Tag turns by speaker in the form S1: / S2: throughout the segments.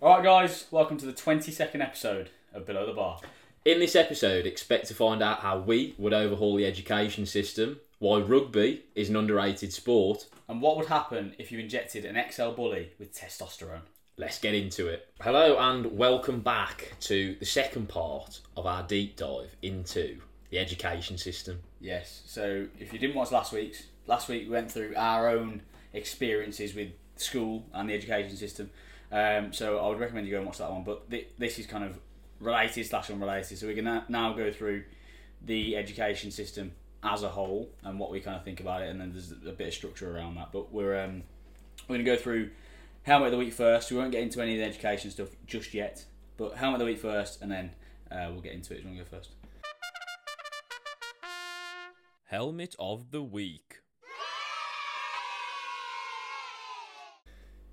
S1: Right, guys, welcome to the 22nd episode of Below the Bar.
S2: In this episode, expect to find out how we would overhaul the education system, why rugby is an underrated sport.
S1: And what would happen if you injected an XL bully with testosterone?
S2: Let's get into it. Hello, and welcome back to the second part of our deep dive into the education system.
S1: Yes, so if you didn't watch last week's, last week we went through our own experiences with school and the education system. Um, so I would recommend you go and watch that one, but th- this is kind of related slash unrelated. So we can na- now go through the education system as a whole and what we kind of think about it, and then there's a bit of structure around that. But we're um, we're going to go through helmet of the week first. We won't get into any of the education stuff just yet, but helmet of the week first, and then uh, we'll get into it. Do you want to go first?
S2: Helmet of the Week.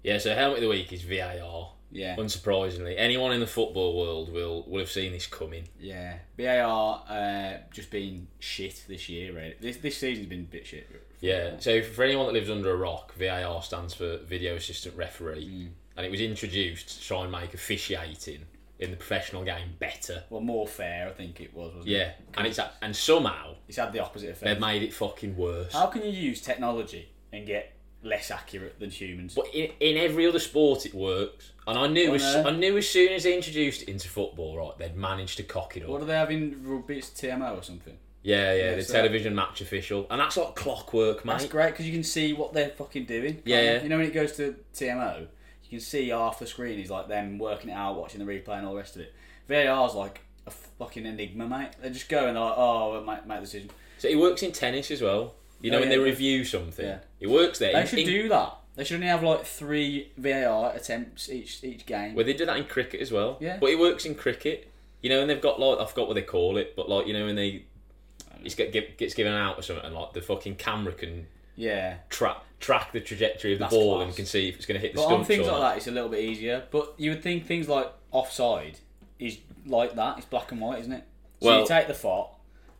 S2: Yeah, so Helmet of the Week is VAR.
S1: Yeah.
S2: Unsurprisingly, anyone in the football world will, will have seen this coming.
S1: Yeah, VAR uh, just been shit this year. Really, this this season's been a bit shit.
S2: Yeah, so for anyone that lives under a rock, VAR stands for Video Assistant Referee,
S1: Hmm.
S2: and it was introduced to try and make officiating in the professional game better.
S1: Well, more fair, I think it was. Wasn't
S2: Yeah,
S1: it?
S2: and it's a- and somehow
S1: it's had the opposite effect.
S2: they've made it fucking worse.
S1: How can you use technology and get less accurate than humans?
S2: But in, in every other sport, it works. And I knew
S1: I
S2: as,
S1: know.
S2: I knew as soon as they introduced it into football, right, they'd managed to cock it up.
S1: What do they have in rugby? It's TMO or something.
S2: yeah, yeah, the
S1: so-
S2: television match official, and that's like clockwork, mate.
S1: That's great because you can see what they're fucking doing. can't
S2: Yeah,
S1: you?
S2: yeah.
S1: You know when it goes to TMO, you can see half the screen is like them working it out, watching the replay, and all the rest of it. VAR's like a fucking enigma, mate. They just go and they're like, oh, make make the decision.
S2: So it works in tennis as well. You know,
S1: Oh,
S2: when
S1: yeah,
S2: they
S1: it does.
S2: review something,
S1: Yeah.
S2: it works there.
S1: They
S2: In-
S1: should
S2: in-
S1: do that. They should only have like three VAR attempts each each game.
S2: Well, they do that in cricket as well.
S1: Yeah.
S2: But it works in cricket. You know, and they've got like I forgot what they call it, but like you know, when they it's get, get, gets given out or something, and like the fucking camera can
S1: yeah.
S2: track track the trajectory of the
S1: That's
S2: ball
S1: class.
S2: and can see if it's going to hit the
S1: But on
S2: stumps.
S1: things
S2: or
S1: like
S2: not.
S1: that, it's a little bit easier. But you would think things like offside is like that. It's black and white, isn't it? So you
S2: Well-
S1: take the fart,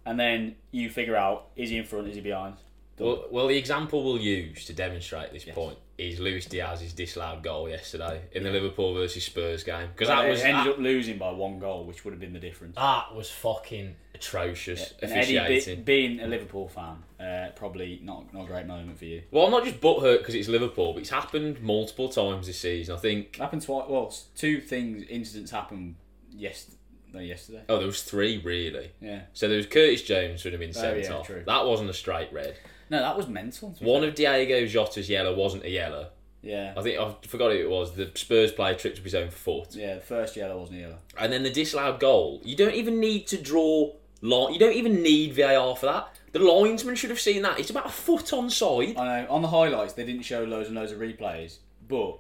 S1: and then you figure out is he in front, is he behind.
S2: Well, well, the example we'll use to demonstrate this point is Luis Diaz's disallowed goal yesterday in the Liverpool versus Spurs game because that
S1: They
S2: was
S1: ended
S2: that,
S1: up losing by one goal, which would have been the difference.
S2: that was fucking atrocious
S1: And Eddie,
S2: officiating.
S1: be, being a Liverpool fan, uh, probably not not a great moment for you.
S2: well, I'm not just butthurt because it's Liverpool, but it's happened multiple times this season. I think
S1: It happened twice. Well, s- two things incidents happened yes, no, yesterday.
S2: Oh, there was three really.
S1: Yeah.
S2: So there was Curtis Jones would have been sent
S1: Oh, yeah,
S2: off.
S1: true.
S2: That wasn't a straight red.
S1: No, that was mental.
S2: One of Diego Jota's yellow wasn't a yellow.
S1: Yeah.
S2: I think I forgot who it was. The Spurs player tripped up his own foot,
S1: Yeah, the first yellow wasn't yellow.
S2: and then the disallowed goal. You don't even need to draw line. You don't even need VAR for that. The linesman should have seen that. It's about a foot on side.
S1: I know. On the highlights, they didn't show loads and loads of replays, but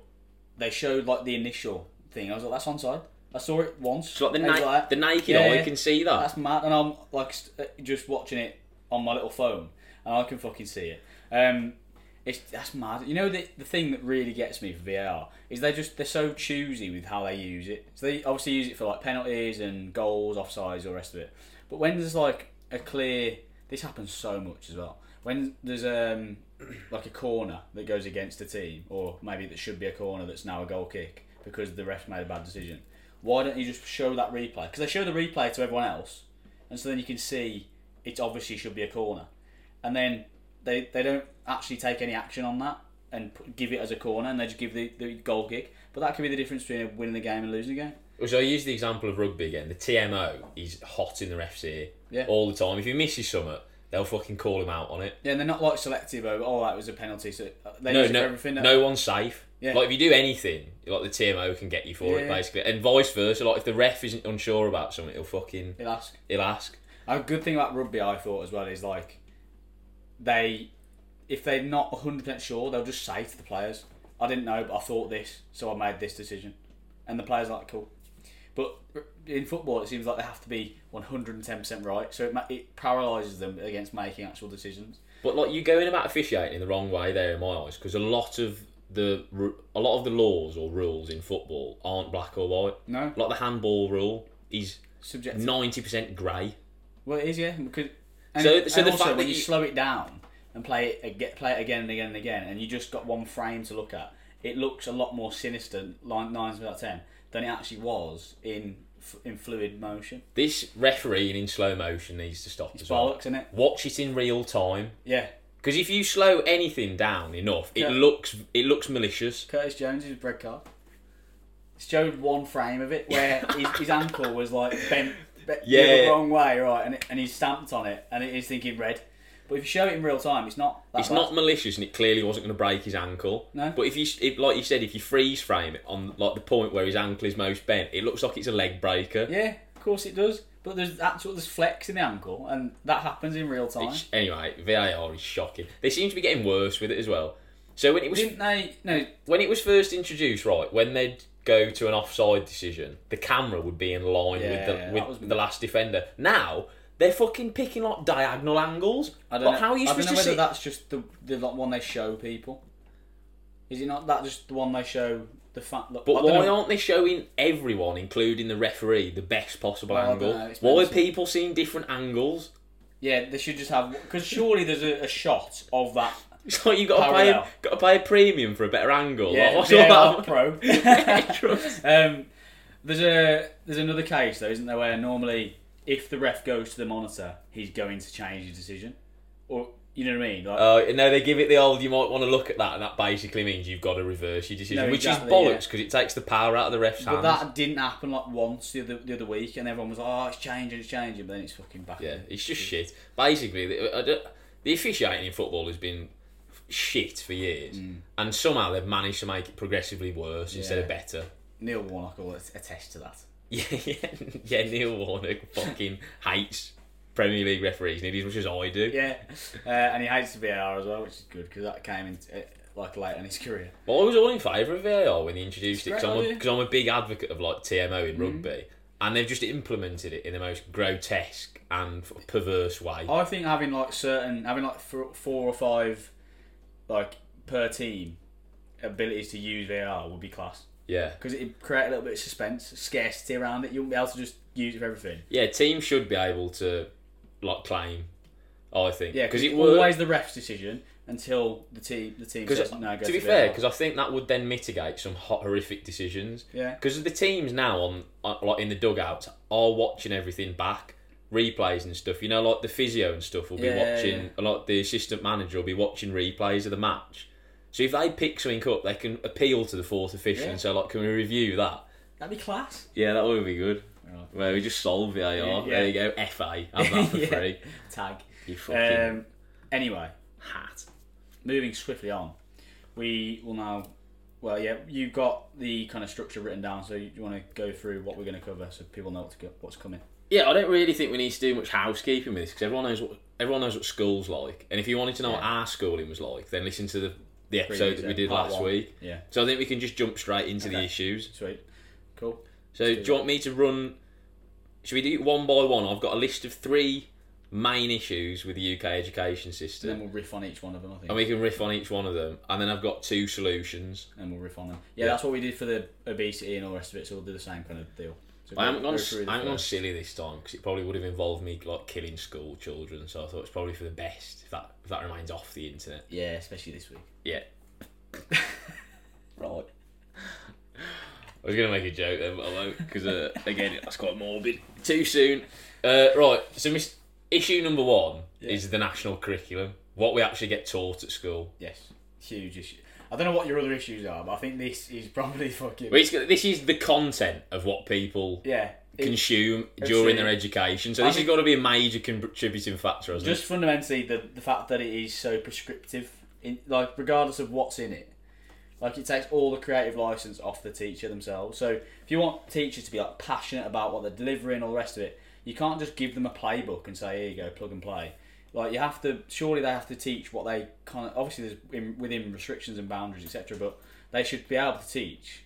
S1: they showed like the initial thing. I was like, that's onside. I saw it once.
S2: It's like the,
S1: I was
S2: na-
S1: like,
S2: the naked
S1: yeah,
S2: eye
S1: yeah.
S2: can see that.
S1: That's mad. And I'm like st- uh, just watching it on my little phone, and I can fucking see it. Um, it's that's mad. You know the the thing that really gets me for VAR is they just they're so choosy with how they use it. So they obviously use it for like penalties and goals, offsides, all the rest of it. But when there's like a clear, this happens so much as well. When there's um like a corner that goes against a team, or maybe that should be a corner that's now a goal kick because the ref made a bad decision. Why don't you just show that replay? Because they show the replay to everyone else, and so then you can see it obviously should be a corner, and then they they don't actually take any action on that and put, give it as a corner, and they just give the, the goal kick. But that could be the difference between winning the game and losing the game.
S2: So I use the example of rugby again. The TMO is hot in the ref's ear
S1: Yeah.
S2: all the time. If he misses something, they'll fucking call him out on it.
S1: Yeah, and they're not like selective over oh that was a penalty, so uh, they
S2: no,
S1: use it
S2: no,
S1: for everything.
S2: no one's safe.
S1: Yeah.
S2: Like if you do anything, like the TMO can get you for it
S1: Yeah.
S2: basically, and vice versa. Like if the ref isn't unsure about something, he'll fucking
S1: They'll ask.
S2: he'll ask.
S1: A good thing about rugby, I thought as well, is like they, if they're not hundred percent sure, they'll just say to the players, "I didn't know, but I thought this, so I made this decision," and the players are like, "Cool." But in football, it seems like they have to be one hundred and ten percent right, so it ma- it paralyzes them against making actual decisions.
S2: But like you go in about officiating in the wrong way there in my eyes, because a lot of the ru- a lot of the laws or rules in football aren't black or white.
S1: No.
S2: Like the handball rule is
S1: Subjective.
S2: ninety percent grey.
S1: Well, it is, yeah. Because and,
S2: So- so
S1: and
S2: the
S1: also
S2: fact that
S1: when you,
S2: you-
S1: slow it down and play it ag- play it again and again and again, and you just got one frame to look at, it looks a lot more sinister. Like nines out of ten than it actually was in f- in fluid motion.
S2: This refereeing in slow motion needs to stop as well.
S1: Bollocks, innit?
S2: Watch it in real time
S1: Yeah.
S2: because if you slow anything down enough, it
S1: Yeah.
S2: looks it looks malicious.
S1: Curtis Jones is red card. It showed one frame of it where his, his ankle was like bent, bent
S2: Yeah.
S1: the wrong way, right, and, it, and he's stamped on it, and it is thinking red. But if you show it in real time, it's not. That
S2: It's
S1: bad.
S2: not malicious, and it clearly wasn't going to break his ankle.
S1: No.
S2: But if you, if, like you said, if you freeze frame it on like the point where his ankle is most bent, it looks like it's a leg breaker.
S1: Yeah, of course it does. But there's actual there's flex in the ankle, and that happens in real time.
S2: It's- anyway, VAR is shocking. They seem to be getting worse with it as well. So when it was
S1: Didn't they? No,
S2: when it was first introduced, right, when they'd go to an offside decision, the camera would be in line
S1: Yeah, that
S2: with the
S1: was-
S2: with the last defender. Now they're fucking picking like diagonal angles.
S1: I don't
S2: Like,
S1: know.
S2: How are you
S1: I don't
S2: supposed
S1: know
S2: to
S1: whether
S2: see?
S1: that's just the the like, one they show people. Is it not that just the one they show the fat? Look,
S2: But why aren't they showing everyone, including the referee, the best possible
S1: Well, I don't
S2: angle?
S1: know, it's
S2: Why are
S1: mental.
S2: people seeing different angles?
S1: Yeah, they should just have because surely there's a, a shot of that.
S2: It's like you got to pay,
S1: Parallel.
S2: got to pay a premium for a better angle.
S1: Yeah,
S2: like, what's
S1: yeah,
S2: all
S1: like
S2: that?
S1: pro. um, there's a there's another case though, isn't there? Where normally if the ref goes to the monitor, he's going to change his decision, or you know what I mean? Like,
S2: Uh, no, they give it the old. You might want to look at that, and that basically means you've got to reverse your decision,
S1: No,
S2: which
S1: exactly,
S2: is bollocks because it takes the power out of the ref's
S1: but
S2: hands.
S1: that didn't happen like once the other, the other week, and everyone was like, "Oh, it's changing, it's changing," but then it's fucking back.
S2: Yeah, it's just shit. Basically, the, I don't- the officiating in football has been shit for years, and somehow they've managed to make it progressively worse instead of
S1: Mm. Yeah.
S2: better.
S1: Neil Warnock will attest to that.
S2: Yeah, yeah, yeah. Neil Warnock fucking hates Premier League referees nearly as much as I do.
S1: Yeah, uh, and he hates the VAR as well, which is good because that came in uh, like late in his career.
S2: But I was all in favour of VAR when they introduced it
S1: It's a
S2: because I'm,
S1: great Mm-hmm.
S2: a- 'cause I'm a big advocate of like TMO in rugby, and they've just implemented it in the most grotesque and f- perverse way.
S1: I think having like certain having like four, four or five like per team abilities to use VAR would be class
S2: Yeah,
S1: because it create a little bit of suspense, scarcity around it. You'll be able to just use it for everything.
S2: yeah. Teams should be able to like claim. I think
S1: Yeah,
S2: because
S1: because
S2: it
S1: it's
S2: works.
S1: always the ref's decision until the team the team says
S2: Because
S1: no. Go
S2: to be
S1: VAR."
S2: fair, because I think that would then mitigate some hot, horrific decisions.
S1: Yeah.
S2: Because the teams now on, on like in the dugouts are watching everything back, replays and stuff. You know, like the physio and stuff will be
S1: Yeah, yeah,
S2: watching, like the assistant manager will be watching replays of the match. So if they pick something up, they can appeal to the fourth official
S1: Yeah.
S2: and say, like, can we review that?
S1: that'd be class.
S2: Yeah, that would be good.
S1: Right.
S2: Where we just solve VAR.
S1: Yeah.
S2: There you go. FA. Have that for
S1: Yeah.
S2: free.
S1: Tag.
S2: You fucking
S1: Um, anyway,
S2: hat.
S1: moving swiftly on, we will now. Well, yeah, you've got the kind of structure written down, so you want to go through what we're going to cover, so people know what to go, what's coming.
S2: Yeah, I don't really think we need to do much housekeeping with this because everyone knows what everyone knows what school's like. And if you wanted to know what our schooling was like, then listen to the, the episode
S1: Previous,
S2: that we
S1: yeah,
S2: did
S1: part
S2: last
S1: one.
S2: week.
S1: Yeah,
S2: So I think we can just jump straight into the
S1: Okay.
S2: issues.
S1: sweet, cool.
S2: So do you want me to run? Should we do it one by one? I've got a list of three main issues with the UK education
S1: And then
S2: system,
S1: we'll riff on each one of them, I think,
S2: and we can riff on each one of them. And then I've got two solutions.
S1: and we'll riff on them. Yeah, that's what we did for the obesity and all the rest of it, so we'll do the same kind of deal. So
S2: I haven't
S1: go-
S2: gone.
S1: go
S2: s-
S1: through the
S2: I haven't gone
S1: first.
S2: silly this time because it probably would have involved me like killing school children. So I thought it's probably for the best if that if that remains off the internet.
S1: Yeah, especially this week.
S2: Yeah.
S1: Right.
S2: I was going to make a joke then, but I won't because uh, again, that's quite morbid. Too soon. Uh, right. So, mis- issue number one is the national curriculum. What we actually get taught at school.
S1: Yes, huge issue. I don't know what your other issues are, but I think this is probably fucking.
S2: But it's, this is the content of what people
S1: yeah, it-
S2: consume
S1: Absolutely.
S2: during their education. So this
S1: think-
S2: has got to be a major contributing factor, hasn't
S1: just fundamentally the the fact that it is so prescriptive in like regardless of what's in it like it takes all the creative license off the teacher themselves so if you want teachers to be like passionate about what they're delivering all the rest of it you can't just give them a playbook and say here you go plug and play like you have to surely they have to teach what they kind of obviously there's in, within restrictions and boundaries etc but they should be able to teach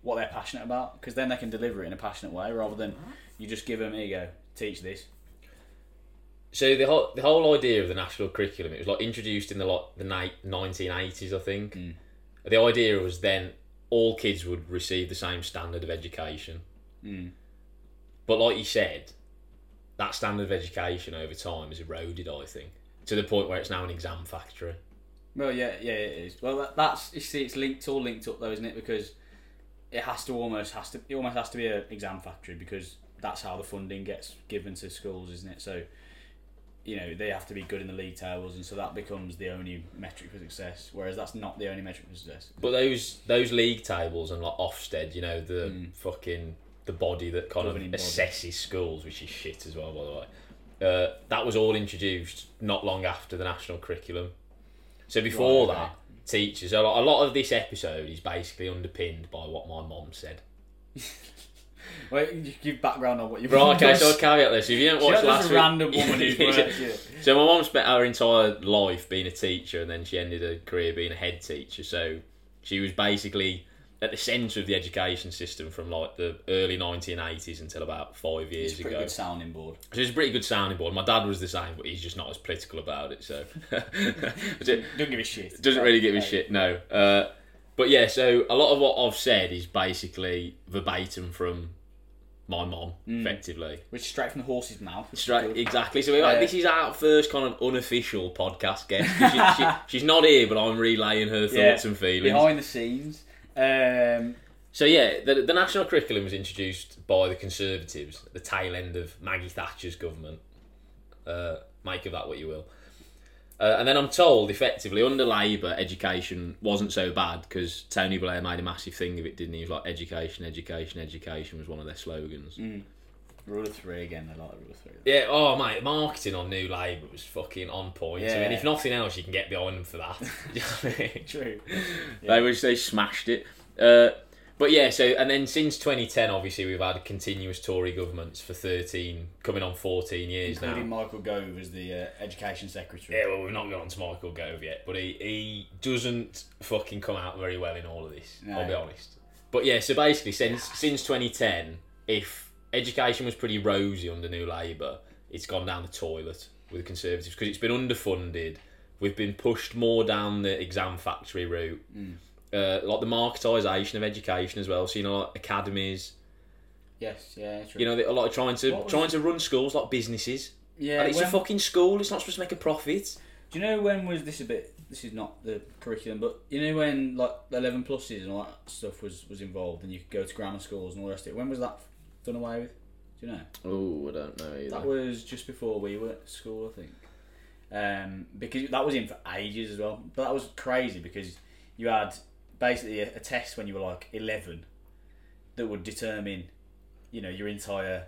S1: what they're passionate about because then they can deliver it in a passionate way rather than you just give them here you go teach this
S2: it? So the whole the whole idea of the national curriculum it was like introduced in the like the nineteen eighties, I think. The idea was then all kids would receive the same standard of education. But like you said, that standard of education over time is eroded, I think, to the point where it's now an exam factory.
S1: Well, yeah, yeah, it is. Well, that, that's you see, it's linked, it's all linked up though, isn't it? Because it has to almost has to it almost has to be an exam factory because that's how the funding gets given to schools, isn't it? So you know they have to be good in the league tables, and so that becomes the only metric for success. Whereas that's not the only metric for success.
S2: But those those league tables and like Ofsted, you know, the fucking the body that kind
S1: Mm. Governing
S2: of
S1: body.
S2: assesses schools, which is shit as well, by the way. Uh, that was all introduced not long after the national curriculum. So before
S1: Right, okay.
S2: that, teachers a lot, a lot of this episode is basically underpinned by what my mom said.
S1: Wait, you give background on what you've
S2: Right, okay, so I'll caveat this. If you don't
S1: You're not
S2: watch last
S1: just a
S2: week-
S1: random woman who's
S2: Yeah.
S1: worked here.
S2: So my mom spent her entire life being a teacher, and then she ended her career being a head teacher. So she was basically at the centre of the education system from like the early 1980s until about five years
S1: It's a
S2: ago.
S1: pretty good sounding board.
S2: So it's a pretty good sounding board. My dad was the same, but he's just not as political about it. So
S1: Don't give a shit.
S2: doesn't really give a
S1: Right.
S2: shit. No. Uh, but yeah, so a lot of what I've said is basically verbatim from my mom,
S1: Hmm.
S2: effectively.
S1: Which is straight from the horse's mouth. which is
S2: Straight,
S1: good.
S2: exactly. So we're like,
S1: Yeah.
S2: this is our first kind of unofficial podcast guest. 'Cause She, she, she's not here, but I'm relaying her thoughts
S1: Yeah.
S2: and feelings.
S1: Behind the scenes. Um,
S2: So yeah, the, the national curriculum was introduced by the Conservatives at the tail end of Maggie Thatcher's government. Uh, make of that what you will. Uh, and then I'm told, effectively, under Labour, education wasn't so bad because Tony Blair made a massive thing of it, didn't he? He was like, education, education, education was one of their slogans.
S1: rule of three again. I like rule of three.
S2: Yeah, oh mate, marketing on New Labour was fucking on point. I mean,
S1: Yeah.
S2: if nothing else, you can get behind them for that. Do you know what I mean?
S1: True.
S2: They was they smashed it. Uh, but yeah, so and then since 2010, obviously we've had continuous Tory governments for 13, coming on 14 years
S1: Including
S2: now.
S1: Michael Gove as the uh, education secretary.
S2: Yeah, well, we've not gone on to Michael Gove yet, but he, he doesn't fucking come out very well in all of this.
S1: No.
S2: I'll be honest. But yeah, so basically since since 2010, if education was pretty rosy under New Labour, it's gone down the toilet with the Conservatives because it's been underfunded. We've been pushed more down the exam factory route
S1: Mm.
S2: uh, like the marketisation of education as well. So you know, like academies.
S1: Yes. Yeah. True.
S2: You know, they're like trying to
S1: What was-
S2: trying to run schools like businesses.
S1: yeah.
S2: and it's a
S1: when-
S2: fucking school. It's not supposed to make a profit.
S1: Do you know when was this a bit? This is not the curriculum, but you know when like eleven pluses and all that stuff was was involved, and you could go to grammar schools and all the rest of it. When was that done away with? Do you know?
S2: Oh, I don't know either.
S1: That was just before we were at school, I think. Um, because that was in for ages as well. But that was crazy because you had basically a, a test when you were like eleven that would determine, you know, your entire,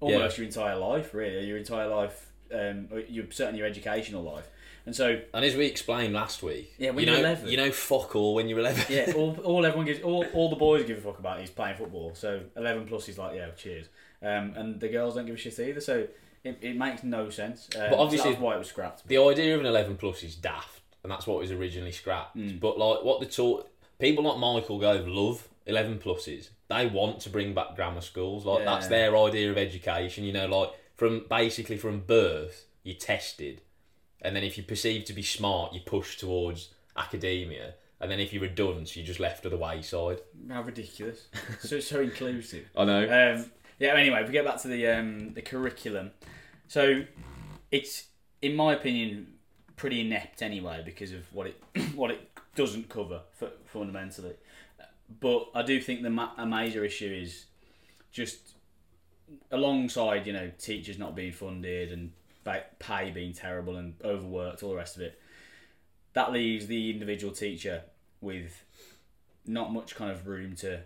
S1: almost your entire life, really, your entire life, um, or your certainly your educational life. And so,
S2: and as we explained last week,
S1: Yeah, when
S2: you
S1: you're
S2: know,
S1: 11.
S2: you know, fuck all when you're eleven.
S1: yeah, all, all everyone gives, all, all the boys give a fuck about is playing football. So eleven plus is like, yeah, cheers. Um, and the girls don't give a shit either. So it, it makes no sense. Um, but
S2: obviously-
S1: obviously, that's why it was scrapped.
S2: the idea of an 11 plus is daft and that's what was originally scrapped
S1: Hmm.
S2: but like what the taught people like michael gove love 11 pluses they want to bring back grammar schools like that's
S1: Yeah.
S2: their idea of education you know like from basically from birth you're tested and then if you're perceived to be smart you push towards academia and then if you're a dunce you're just left to the wayside
S1: How ridiculous! so so inclusive.
S2: i know
S1: Um, yeah. Anyway, if we get back to the um, the curriculum, so it's in my opinion pretty inept anyway because of what it what it doesn't cover fu- fundamentally. But I do think the ma- a major issue is just alongside you know teachers not being funded and ba- pay being terrible and overworked, all the rest of it. That leaves the individual teacher with not much kind of room to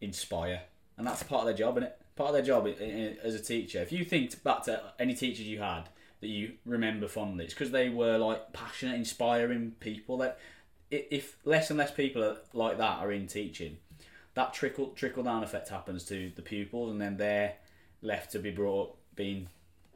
S1: inspire, and that's part of their job, isn't it? Part of their job i- i- as a teacher. If you think back to any teachers you had that you remember fondly, it's because they were like passionate, inspiring people. That i- if less and less people are like that are in teaching, that trickle trickle down effect happens to the pupils, and then they're left to be brought up being,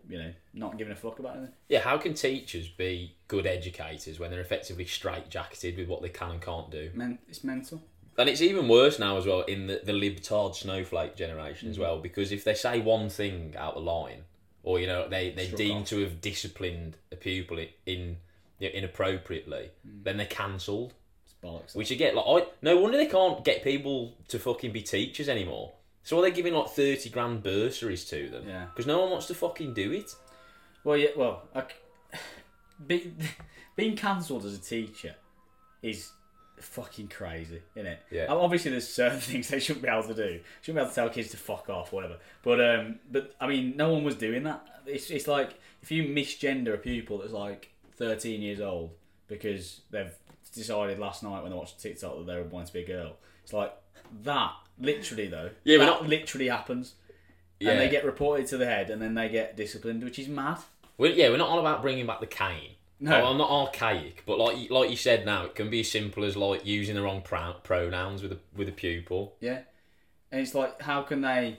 S1: you know, not giving a fuck about anything.
S2: yeah how can teachers be good educators when they're effectively straitjacketed with what they can and can't do
S1: Men- it's mental.
S2: And it's even worse now as well in the, the libtard snowflake generation
S1: Mm.
S2: as well, because if they say one thing out of line, or you know they they
S1: Struck
S2: deem
S1: off.
S2: to have disciplined a pupil i- in you know, inappropriately,
S1: Mm.
S2: then they're cancelled.
S1: It's bollocks.
S2: Which again, like I no wonder they can't get people to fucking be teachers anymore. So are they giving like thirty grand bursaries to them?
S1: Yeah.
S2: Because no one wants to fucking do it.
S1: Well, yeah. Well, I c be, being cancelled as a teacher is fucking crazy, isn't it?
S2: Yeah.
S1: Obviously, there's certain things they shouldn't be able to do. Shouldn't be able to tell kids to fuck off, whatever. But um, but I mean, no one was doing that. It's it's like if you misgender a pupil that's like 13 years old because they've decided last night when they watched TikTok that they were wanting to be a girl. It's like that. Literally though,
S2: Yeah,
S1: that
S2: but not-
S1: literally happens,
S2: Yeah.
S1: and they get reported to the head, and then they get disciplined, which is mad.
S2: We're, yeah, we're not all about bringing back the cane.
S1: No.
S2: Oh, I'm not archaic, but like you- like you said now, it can be as simple as like using the wrong prou- pronouns with a with a pupil.
S1: Yeah. And it's like, how can they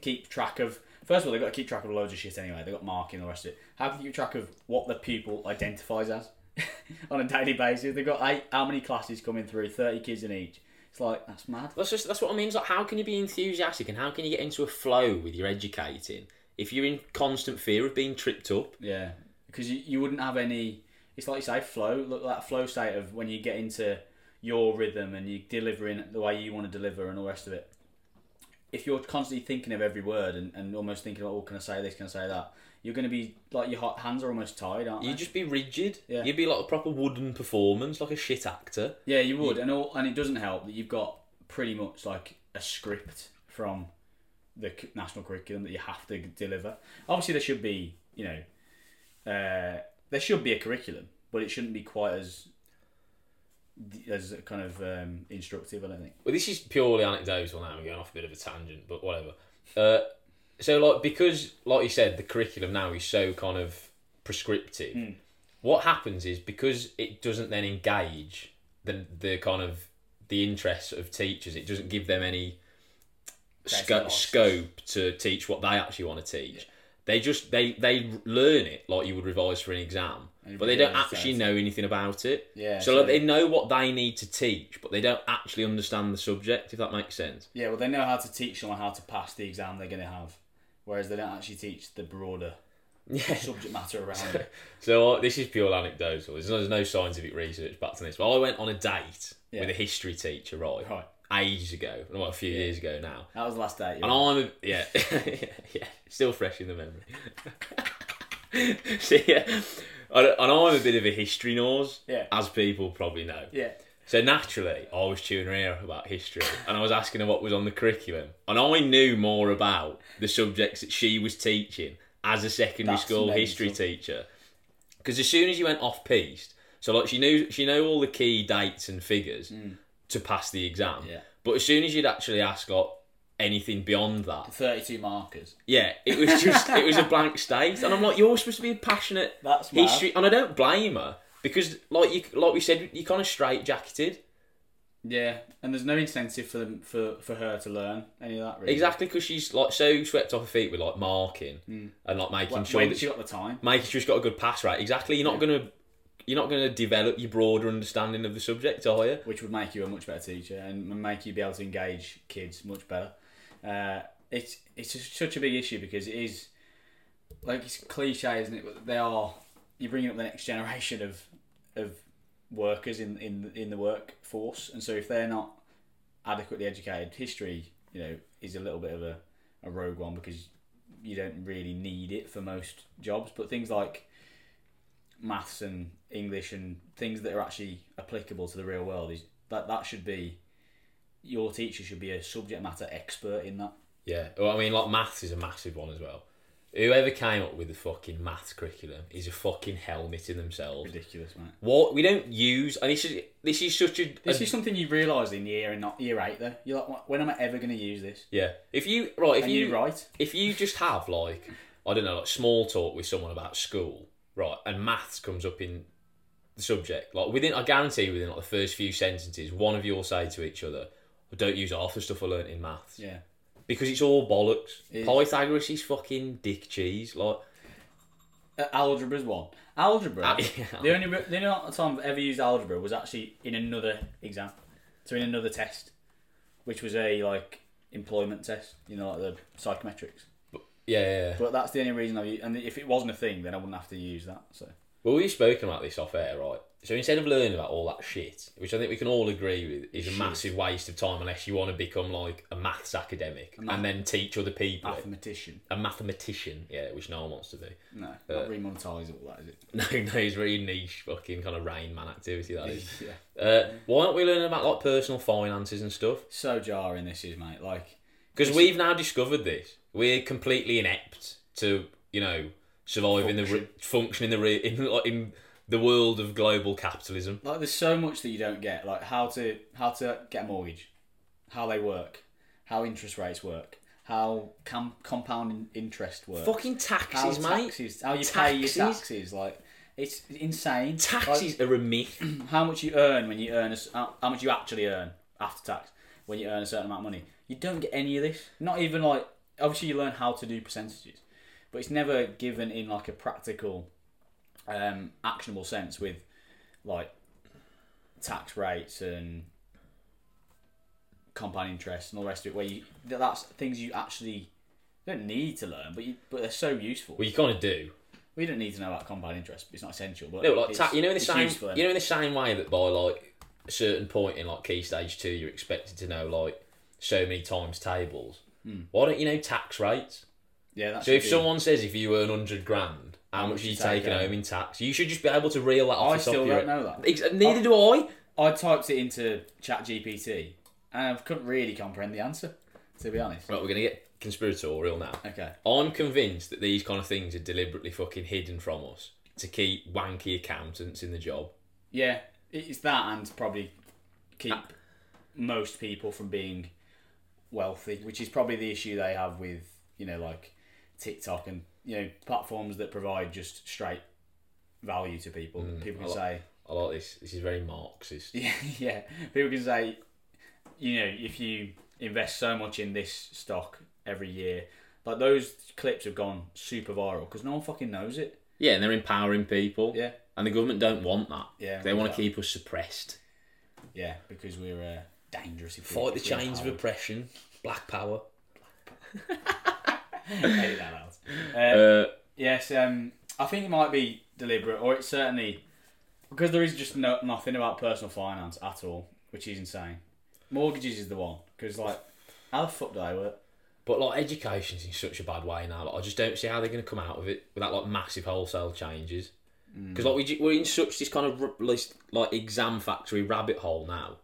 S1: keep track of. First of all, they've got to keep track of loads of shit anyway. They've got marking and the rest of it. How can you keep track of what the pupil identifies as on a daily basis? They've got eight, how many classes coming through, 30 kids in each. It's like, that's mad.
S2: That's just that's what I mean. It's like how can you be enthusiastic and how can you get into a flow with your educating if you're in constant fear of being tripped up?
S1: Yeah. Because you, you wouldn't have any. It's like you say, flow. Look, that flow state of when you get into your rhythm and you're delivering the way you want to deliver and all the rest of it. If you're constantly thinking of every word and, and almost thinking, oh, can I say this? Can I say that? You're going to be like your hot hands are almost tied, aren't
S2: You'd
S1: they?
S2: just be rigid.
S1: Yeah.
S2: You'd be like a proper wooden performance, like a shit actor.
S1: Yeah, you would, and all, and it doesn't help that you've got pretty much like a script from the c- national curriculum that you have to deliver. Obviously, there should be, you know, uh, there should be a curriculum, but it shouldn't be quite as as kind of um, instructive. I don't think.
S2: Well, this is purely anecdotal now. I'm going off a bit of a tangent, but whatever. Uh, so, like, because, like you said, the curriculum now is so kind of prescriptive. What happens is because it doesn't then engage the the kind of the interests of teachers. It doesn't give them any sco-
S1: license.
S2: scope to teach what they actually want to teach. They just they they learn it like you would revise for an exam, but they don't
S1: revise
S2: actually
S1: that.
S2: know anything about it.
S1: Yeah,
S2: So like,
S1: so-
S2: they know what they need to teach, but they don't actually understand the subject. If that makes sense.
S1: Yeah, well, they know how to teach someone how to pass the exam they're going to have, whereas they don't actually teach the broader
S2: Yeah.
S1: subject matter around it.
S2: So like, this is pure anecdotal. There's no, there's no scientific research back to this. But I went on a date
S1: Yeah.
S2: with a history teacher, right?
S1: Right,
S2: Ages ago, well, a few years ago now.
S1: that was the last date. you
S2: And
S1: were-
S2: I'm a, yeah, yeah, still fresh in the memory. so yeah, and and I'm a bit of a history nose,
S1: Yeah.
S2: as people probably know.
S1: Yeah,
S2: So naturally, I was tuning her ear about history, and I was asking her what was on the curriculum, and I knew more about the subjects that she was teaching as a secondary
S1: That's
S2: school
S1: mental.
S2: history teacher. Because as soon as you went off piste, so like she knew she knew all the key dates and figures to pass the exam,
S1: Mm. Yeah.
S2: but as soon as you'd actually ask like anything beyond that,
S1: thirty-two markers.
S2: yeah, it was just it was a blank state, and I'm like, you're supposed to be a passionate
S1: That's mad.
S2: history, and I don't blame her because like you like we said, you're kind of straight jacketed.
S1: Yeah, and there's no incentive for them for, for her to learn any of that. Really.
S2: Exactly, because she's like so swept off her feet with like marking and like making
S1: When
S2: sure that
S1: she
S2: she,
S1: got the time.
S2: making sure she's got a good pass rate. Exactly, you're not gonna you're not gonna develop your broader understanding of the subject, are you?
S1: which would make you a much better teacher and make you be able to engage kids much better. Uh, it's it's just such a big issue because it is like it's cliche, isn't it? But they are you're bringing up the next generation of of workers in in in the workforce, and so if they're not adequately educated, history you know is a little bit of a, a rogue one because you don't really need it for most jobs, but things like maths and English and things that are actually applicable to the real world is that that should be your teacher should be a subject matter expert in that.
S2: Yeah. Well, I mean, like maths is a massive one as well. Whoever came up with the fucking maths curriculum is a fucking helmet in themselves.
S1: Ridiculous, mate.
S2: What we don't use, and this is this is such a, a
S1: This is something you realise in year and not year eight though. You're like, "What- when am I ever going to use this?
S2: yeah. If you right, if
S1: And
S2: you
S1: you're right.
S2: if you just have like I don't know, like small talk with someone about school, right, and maths comes up in the subject, like within I guarantee within like the first few sentences, one of you will say to each other, I don't use half the stuff I learnt in maths.
S1: Yeah.
S2: Because it's all bollocks.
S1: is.
S2: Pythagoras is fucking dick cheese. Like
S1: Uh, algebra's one. Algebra.
S2: Ah, yeah.
S1: The only re- the only time I've ever used algebra was actually in another exam, so in another test, which was a like employment test. You know, like the psychometrics.
S2: yeah, yeah, yeah.
S1: But that's the only reason I use, and if it wasn't a thing, then I wouldn't have to use that. So
S2: Well we've spoken about this off air, right? So instead of learning about all that shit, which I think we can all agree with is a
S1: Shit.
S2: massive waste of time unless you want to become like a maths academic
S1: math-
S2: and then teach other people it.
S1: Mathematician.
S2: a mathematician, yeah, which no one wants to do.
S1: No, not remonetize all that, is it?
S2: No, no, it's really niche fucking kind of rain man activity that is.
S1: Yeah.
S2: Uh, why aren't we learning about like personal finances and stuff?
S1: So jarring this is, mate. Like,
S2: Because we've now discovered this. We're completely inept to, you know, survive in the re- function in the re- in, like, in the world of global capitalism.
S1: like there's so much that you don't get, like how to how to get a mortgage, how they work, how interest rates work, how com- compound in- interest works,
S2: Fucking
S1: how
S2: taxes, mate.
S1: taxes, how you pay your
S2: Taxes?
S1: taxes, like. It's insane.
S2: Taxes are a myth.
S1: Like, how much you earn when you earn a s how, how much you actually earn after tax when you earn a certain amount of money. You don't get any of this. Not even like obviously you learn how to do percentages, but it's never given in like a practical, um, actionable sense with like tax rates and compound interest and all the rest of it. Where you that- that's things you actually don't need to learn, but you, but they're so useful.
S2: Well, you kind of do.
S1: We don't need to know about compound interest. It's not essential. But
S2: No, like
S1: it's-
S2: ta- you know in the
S1: it's
S2: same
S1: useful,
S2: you know in the same way that by like a certain point in like key stage two you're expected to know like so many times tables. Why don't you know tax rates?
S1: yeah. That's
S2: So if someone says if you earn hundred grand, how much
S1: much
S2: are you
S1: you take
S2: taking
S1: home?
S2: home in tax? You should just be able to reel that off.
S1: I
S2: the top
S1: still
S2: of your
S1: don't know that.
S2: Ex- neither do I.
S1: I typed it into ChatGPT and I couldn't really comprehend the answer, to be honest.
S2: Right, we're gonna get conspiratorial now.
S1: Okay.
S2: I'm convinced that these kind of things are deliberately fucking hidden from us to keep wanky accountants in the job.
S1: Yeah, it's that and to probably keep most people from being wealthy, which is probably the issue they have with, you know, like TikTok and, you know, platforms that provide just straight value to people. people can
S2: I
S1: say,
S2: I like this. This is very Marxist.
S1: yeah, yeah, people can say, you know, if you invest so much in this stock every year, like those clips have gone super viral because no one fucking knows it.
S2: Yeah, and they're empowering people.
S1: Yeah,
S2: And the government don't want that.
S1: Yeah,
S2: they want to
S1: exactly.
S2: keep us suppressed.
S1: yeah, because we're uh, dangerous. If we-
S2: Fight the
S1: if we're
S2: chains of
S1: empowered.
S2: oppression. Black power.
S1: Edit that out.
S2: Uh,
S1: Yes, um, I think it might be deliberate, or it's certainly because there is just no, nothing about personal finance at all, which is insane. Mortgages is the one because like, how the fuck do I work?
S2: but like education's in such a bad way now. Like, I just don't see how they're going to come out of it without like massive wholesale changes. Because like we ju- we're in such this kind of r- like, like exam factory rabbit hole now,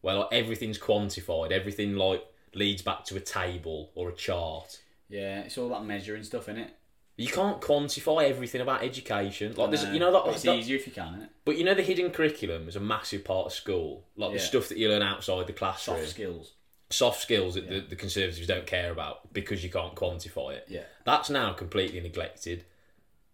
S2: where like everything's quantified, everything like leads back to a table or a chart.
S1: Yeah, it's all about measuring stuff, innit? it?
S2: You can't quantify everything about education. Like there's you know that,
S1: it's
S2: that-
S1: easier if you can, innit?
S2: but you know the hidden curriculum is a massive part of school. Like the
S1: Yeah.
S2: stuff that you learn outside the classroom.
S1: Soft skills.
S2: soft skills that the, the Conservatives don't care about because you can't quantify it.
S1: Yeah.
S2: That's now completely neglected.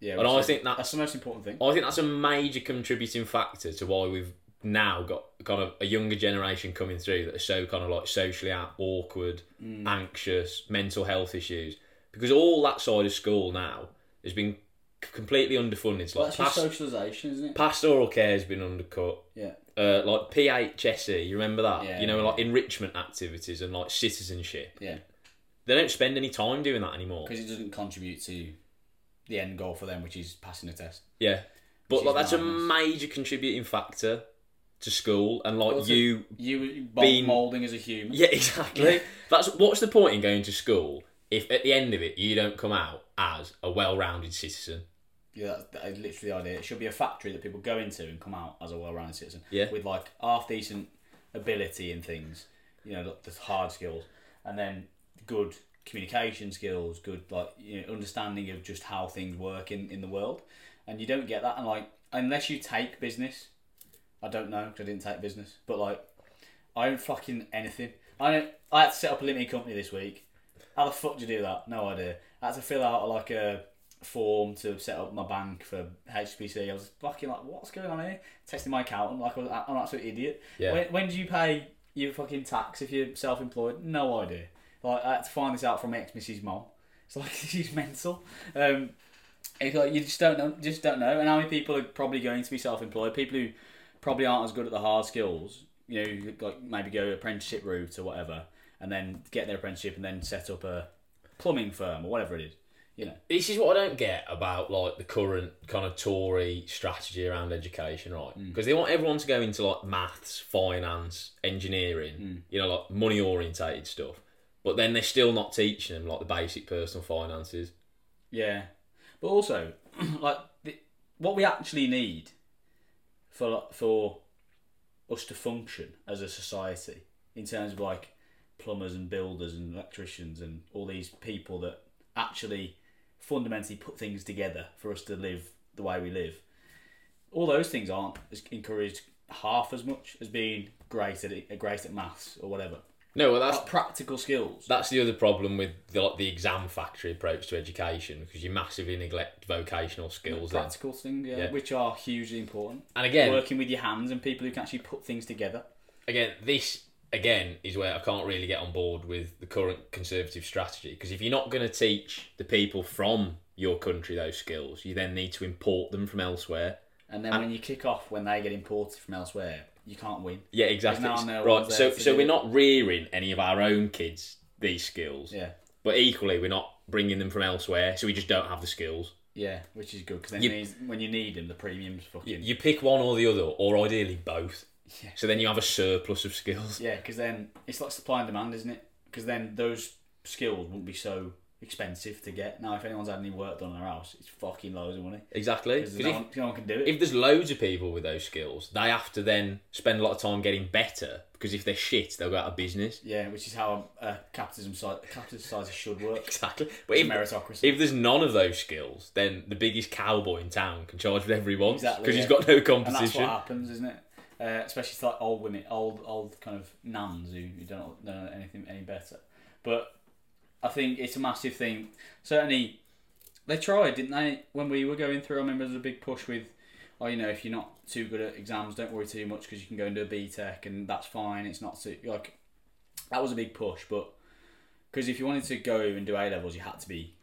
S1: Yeah,
S2: And
S1: which
S2: I
S1: is-
S2: think that-
S1: that's the most important thing.
S2: I think that's a major contributing factor to why we've now got kind of a younger generation coming through that are so kind of like socially out, awkward,
S1: Mm.
S2: anxious, mental health issues. Because all that side of school now has been c- completely underfunded. It's like
S1: That's just
S2: past,
S1: socialisation, isn't it?
S2: pastoral care has been undercut.
S1: Yeah,
S2: Uh, like PHSE, E, you remember that?
S1: Yeah,
S2: you know,
S1: yeah.
S2: like enrichment activities and like citizenship.
S1: yeah,
S2: They don't spend any time doing that anymore.
S1: because it doesn't contribute to the end goal for them, which is passing a test.
S2: Yeah, but
S1: is
S2: like that's a
S1: madness.
S2: major contributing factor to school, and like
S1: Also-
S2: you,
S1: You
S2: Being-
S1: being moulding as a human.
S2: yeah, exactly. that's what's the point in going to school if at the end of it you don't come out as a well-rounded citizen?
S1: Yeah, that's, that is literally the idea. It should be a factory that people go into and come out as a well-rounded citizen.
S2: Yeah.
S1: with like half decent ability in things, you know, like the hard skills, and then good communication skills, good like you know, understanding of just how things work in in the world, and you don't get that, and like unless you take business, I don't know because I didn't take business, but like I don't fucking anything. I don't, I had to set up a limited company this week. How the fuck do you do that? No idea. I had to fill out like a form to set up my bank for HSBC. I was fucking like, what's going on here? Testing my accountant like I was, I'm an absolute idiot.
S2: Yeah.
S1: When, when do you pay your fucking tax if you're self-employed? No idea. Like I had to find this out from ex Mrs. Mom. It's like she's mental. Um, it's like you just don't know, just don't know. And how many people are probably going to be self-employed? People who probably aren't as good at the hard skills. You know, you like maybe go apprenticeship route or whatever, and then get their apprenticeship and then set up a plumbing firm or whatever it is. You know,
S2: This is what I don't get about like the current kind of Tory strategy around education, right? Because they want everyone to go into like maths, finance, engineering, you know, like money orientated stuff. But then they're still not teaching them like the basic personal finances.
S1: yeah. But also, like the, what we actually need for like, for us to function as a society in terms of like plumbers and builders and electricians and all these people that actually fundamentally put things together for us to live the way we live. All those things aren't as encouraged half as much as being great at it, great at maths or whatever.
S2: No, well that's
S1: Like practical skills.
S2: that's the other problem with the, like the exam factory approach to education because you massively neglect vocational skills. Then.
S1: practical things, yeah, which are hugely important.
S2: And again,
S1: Working with your hands and people who can actually put things together.
S2: again, this again is where I can't really get on board with the current conservative strategy because if you're not going to teach the people from your country those skills, you then need to import them from elsewhere.
S1: And then when you kick off when they get imported from elsewhere, you can't win.
S2: Yeah, exactly.
S1: There's no one there
S2: right.
S1: there
S2: So,
S1: to
S2: so
S1: do
S2: we're
S1: it.
S2: not rearing any of our own kids these skills,
S1: Yeah,
S2: but equally we're not bringing them from elsewhere, so we just don't have the skills.
S1: yeah, which is good because then
S2: You-
S1: these- when you need them, the premiums fucking
S2: You pick one or the other, or ideally both.
S1: Yeah.
S2: So then you have a surplus of skills.
S1: yeah. Because then it's like supply and demand, isn't it? Because then those skills wouldn't be so expensive to get. Now, if anyone's had any work done on their house, it's fucking loads of money
S2: Exactly.
S1: because
S2: 'Cause
S1: no,
S2: if-
S1: one- no one can do it.
S2: if there's loads of people with those skills, they have to then spend a lot of time getting better because if they're shit, they'll go out of business.
S1: yeah, which is how uh, capitalism, soci- capitalist society should work.
S2: Exactly. But
S1: It's
S2: if,
S1: meritocracy.
S2: if there's none of those skills, then the biggest cowboy in town can charge whatever he wants because
S1: Exactly,
S2: he's
S1: yeah.
S2: got no
S1: and that's what
S2: competition.
S1: happens, isn't it? Uh, especially to like old women, old old kind of nuns who, who don't know anything any better. But I think it's a massive thing. Certainly, they tried, didn't they? When we were going through, I remember there was a big push with, oh, you know, if you're not too good at exams, don't worry too much because you can go and do a B Tech and that's fine. It's not too like that was a big push, but because if you wanted to go and do A levels, you had to be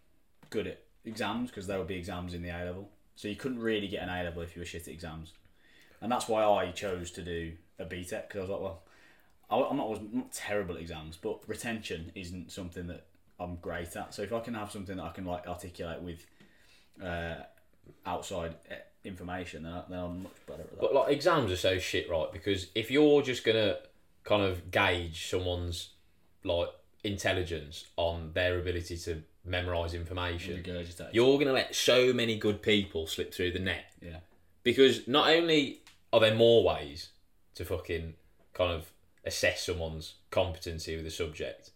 S1: good at exams because there would be exams in the A level. So you couldn't really get an A level if you were shit at exams and that's why I chose to do a BTEC because I was like, well, I- I'm not, was not terrible at exams, but retention isn't something that I'm great at. So if I can have something that I can like articulate with uh, outside eh, information, then, I, then I'm much better at that.
S2: But like exams are so shit, right? Because if you're just gonna kind of gauge someone's like intelligence on their ability to memorize information,
S1: Regurgitate.
S2: you're gonna let so many good people slip through the net.
S1: yeah,
S2: because not only are there more ways to fucking kind of assess someone's competency with a subject,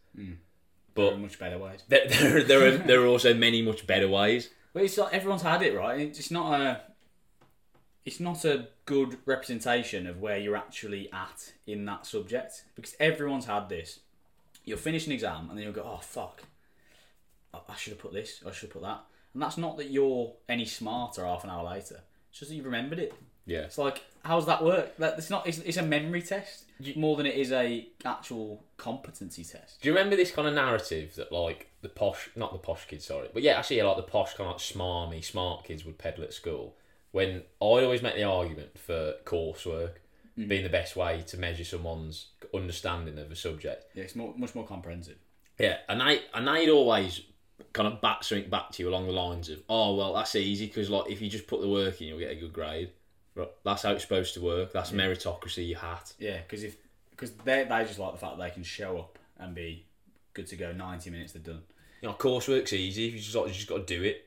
S1: but much better ways.
S2: there there, there, are, there are also many much better ways.
S1: But it's like everyone's had it right. It's it's not a, it's not a good representation of where you're actually at in that subject because everyone's had this. You'll finish an exam and then you'll go, oh fuck, I, I should have put this, I should have put that, and that's not that you're any smarter half an hour later. It's just that you remembered it.
S2: Yeah,
S1: It's like how does that work? That it's not. It's, it's a memory test more than it is a actual competency test.
S2: Do you remember this kind of narrative that like the posh, not the posh kids, sorry, but yeah, actually like the posh kind of like smarmy, smart kids would peddle at school? When I always make the argument for coursework being the best way to measure someone's understanding of a subject,
S1: Yeah, it's more, much more comprehensive.
S2: Yeah, and I and I'd always kind of bat something back to you along the lines of, oh well, that's easy because like if you just put the work in, you'll get a good grade. Right, That's how it's supposed to work. That's meritocracy. You hat.
S1: Yeah, because if because they they just like the fact that they can show up and be good to go. Ninety minutes, they're done.
S2: You know, coursework's easy. You just like, you just got to do it.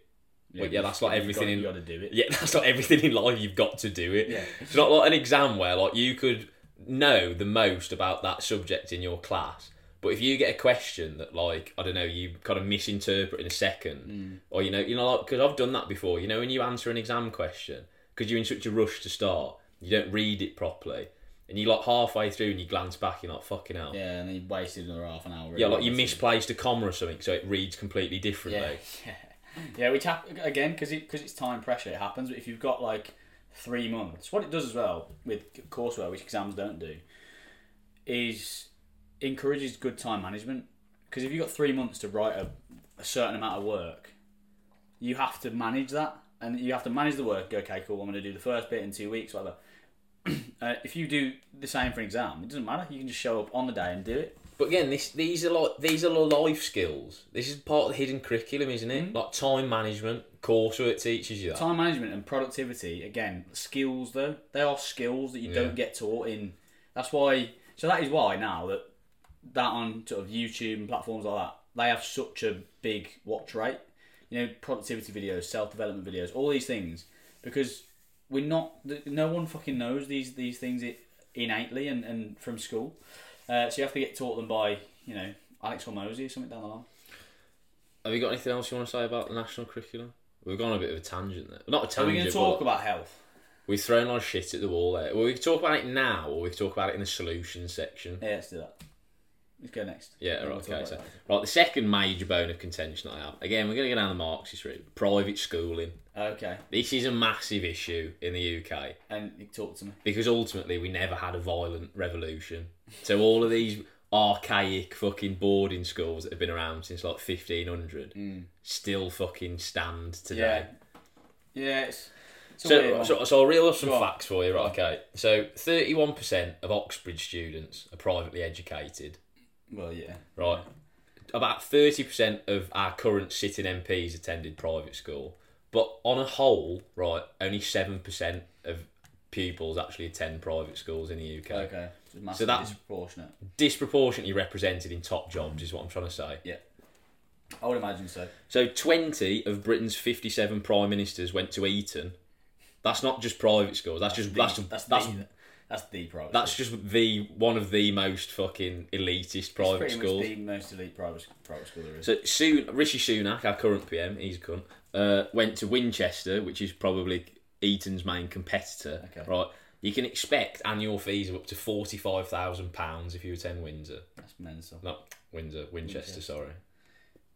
S2: Yeah, yeah, that's like everything in
S1: You got to do it.
S2: Yeah, that's not everything in life. You've got to do it.
S1: Yeah.
S2: It's not like an exam where like you could know the most about that subject in your class, but if you get a question that like I don't know, you kind of misinterpret in a
S1: Mm.
S2: second, or you know, you know, because I've done that before. You know, when you answer an exam question because you're in such a rush to start, you don't read it properly, and you like halfway through and you glance back, you're like fucking hell.
S1: Yeah, and then you wasted another half an hour.
S2: Yeah, like you misplaced a comma or something, so it reads completely differently.
S1: Yeah, yeah, yeah. Which hap- again, because because it's time pressure, it happens. But if you've got like three months, what it does as well with courseware, which exams don't do, is encourages good time management. Because if you've got three months to write a, a certain amount of work, you have to manage that, and you have to manage the work. Go, okay, cool. I'm going to do the first bit in two weeks, whatever. uh, if you do the same for an exam, it doesn't matter. You can just show up on the day and do it.
S2: But again, this these are like these are the life skills. This is part of the hidden curriculum, isn't it? Like time management, coursework teaches you that.
S1: Time management and productivity, again, skills though. They are skills that you
S2: Yeah.
S1: don't get taught in. That's why. So that is why now that that on sort of YouTube and platforms like that, they have such a big watch rate. You know, productivity videos, self development videos, all these things, because we're not. th- No one fucking knows these these things i- innately and, and from school. Uh, so you have to get taught them by you know Alex or Mosey or something down the line.
S2: Have you got anything else you want to say about the national curriculum? We've gone a bit of a tangent there. Not a
S1: Are we
S2: tangent.
S1: going to
S2: but-
S1: talk about health?
S2: We've thrown our shit at the wall there. Well, we can talk about it now, or we can talk about it in the solution section.
S1: Yeah, let's do that. Let's go next.
S2: Yeah,
S1: We'll
S2: right,
S1: talk about
S2: okay. So,
S1: that.
S2: right, the second major bone of contention I have, again, we're going to go down the Marxist route private schooling.
S1: Okay,
S2: This is a massive issue in the UK
S1: and you talk to me.
S2: because ultimately we never had a violent revolution. So, all of these archaic fucking boarding schools that have been around since like 1500 still fucking stand today.
S1: Hmm. Yeah, yeah. It's, it's a weird
S2: So,
S1: one.
S2: so, so I'll reel off some
S1: Go on.
S2: facts for you, right? Okay. So, 31% of Oxbridge students are privately educated,
S1: well, yeah.
S2: right? About 30% of our current sitting MPs attended private school. But on a whole, right, only 7% of pupils actually attend private schools in the UK.
S1: Okay, so, massively
S2: that's-
S1: disproportionate.
S2: Disproportionately represented in top jobs is what I'm trying to say.
S1: Yeah, I would imagine so.
S2: So 20 of Britain's 57 prime ministers went to Eton. That's not just private schools. That's, just that's
S1: that's
S2: that's,
S1: the, that's the private.
S2: That's just the one of the most fucking elitist
S1: school.
S2: private
S1: pretty
S2: schools.
S1: much the most elite private sc- private school there is.
S2: So soon, Rishi Sunak, our current PM, he's a cunt, uh, went to Winchester, which is probably Eton's main competitor.
S1: Okay.
S2: Right. You can expect annual fees of up to forty-five thousand pounds if you attend Windsor.
S1: that's mental.
S2: Not Windsor, Winchester. Sorry.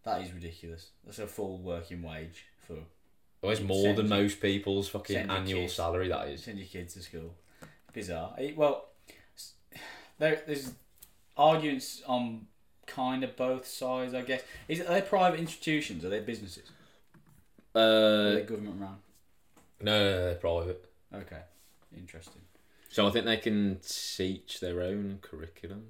S1: That is ridiculous. That's a full working wage for
S2: Well, it's more
S1: Send-
S2: than most people's fucking
S1: send your
S2: annual
S1: kids.
S2: salary. That is.
S1: send your kids to school. Bizarre. Eh, Well, s- there, there's arguments on kind of both sides, I guess. Is it, are they private institutions? Are they businesses? Are
S2: Uh,
S1: they government run?
S2: no, no, no, they're private.
S1: Okay, interesting.
S2: So I think they can teach their own curriculum.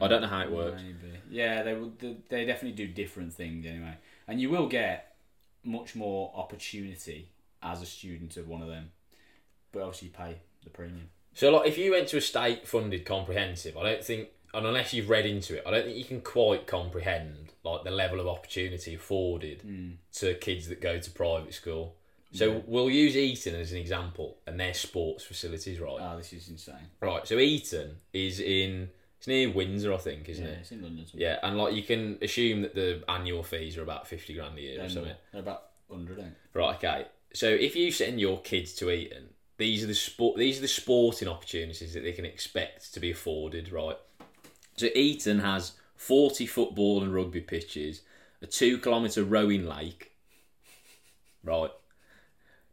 S2: I don't know how it works.
S1: Maybe. Yeah, they will. they- They definitely do different things anyway, and you will get much more opportunity as a student of one of them. But obviously, you pay the premium.
S2: So, like, if you went to a state-funded comprehensive, I don't think, and unless you've read into it, I don't think you can quite comprehend like the level of opportunity afforded to kids that go to private school. So, we'll use Eton as an example and their sports facilities, right?
S1: Ah, this is insane.
S2: right. So, Eton is in it's near Windsor, I think, isn't
S1: Yeah,
S2: it?
S1: it's in London. somewhere.
S2: Yeah, and like you can assume that the annual fees are about fifty grand a year or
S1: They're
S2: something.
S1: more- They're about hundred. ain't they?
S2: Right, okay. So if you send your kids to Eton, these are the sport these are the sporting opportunities that they can expect to be afforded, right? So Eton has forty football and rugby pitches, a two kilometre rowing lake, right?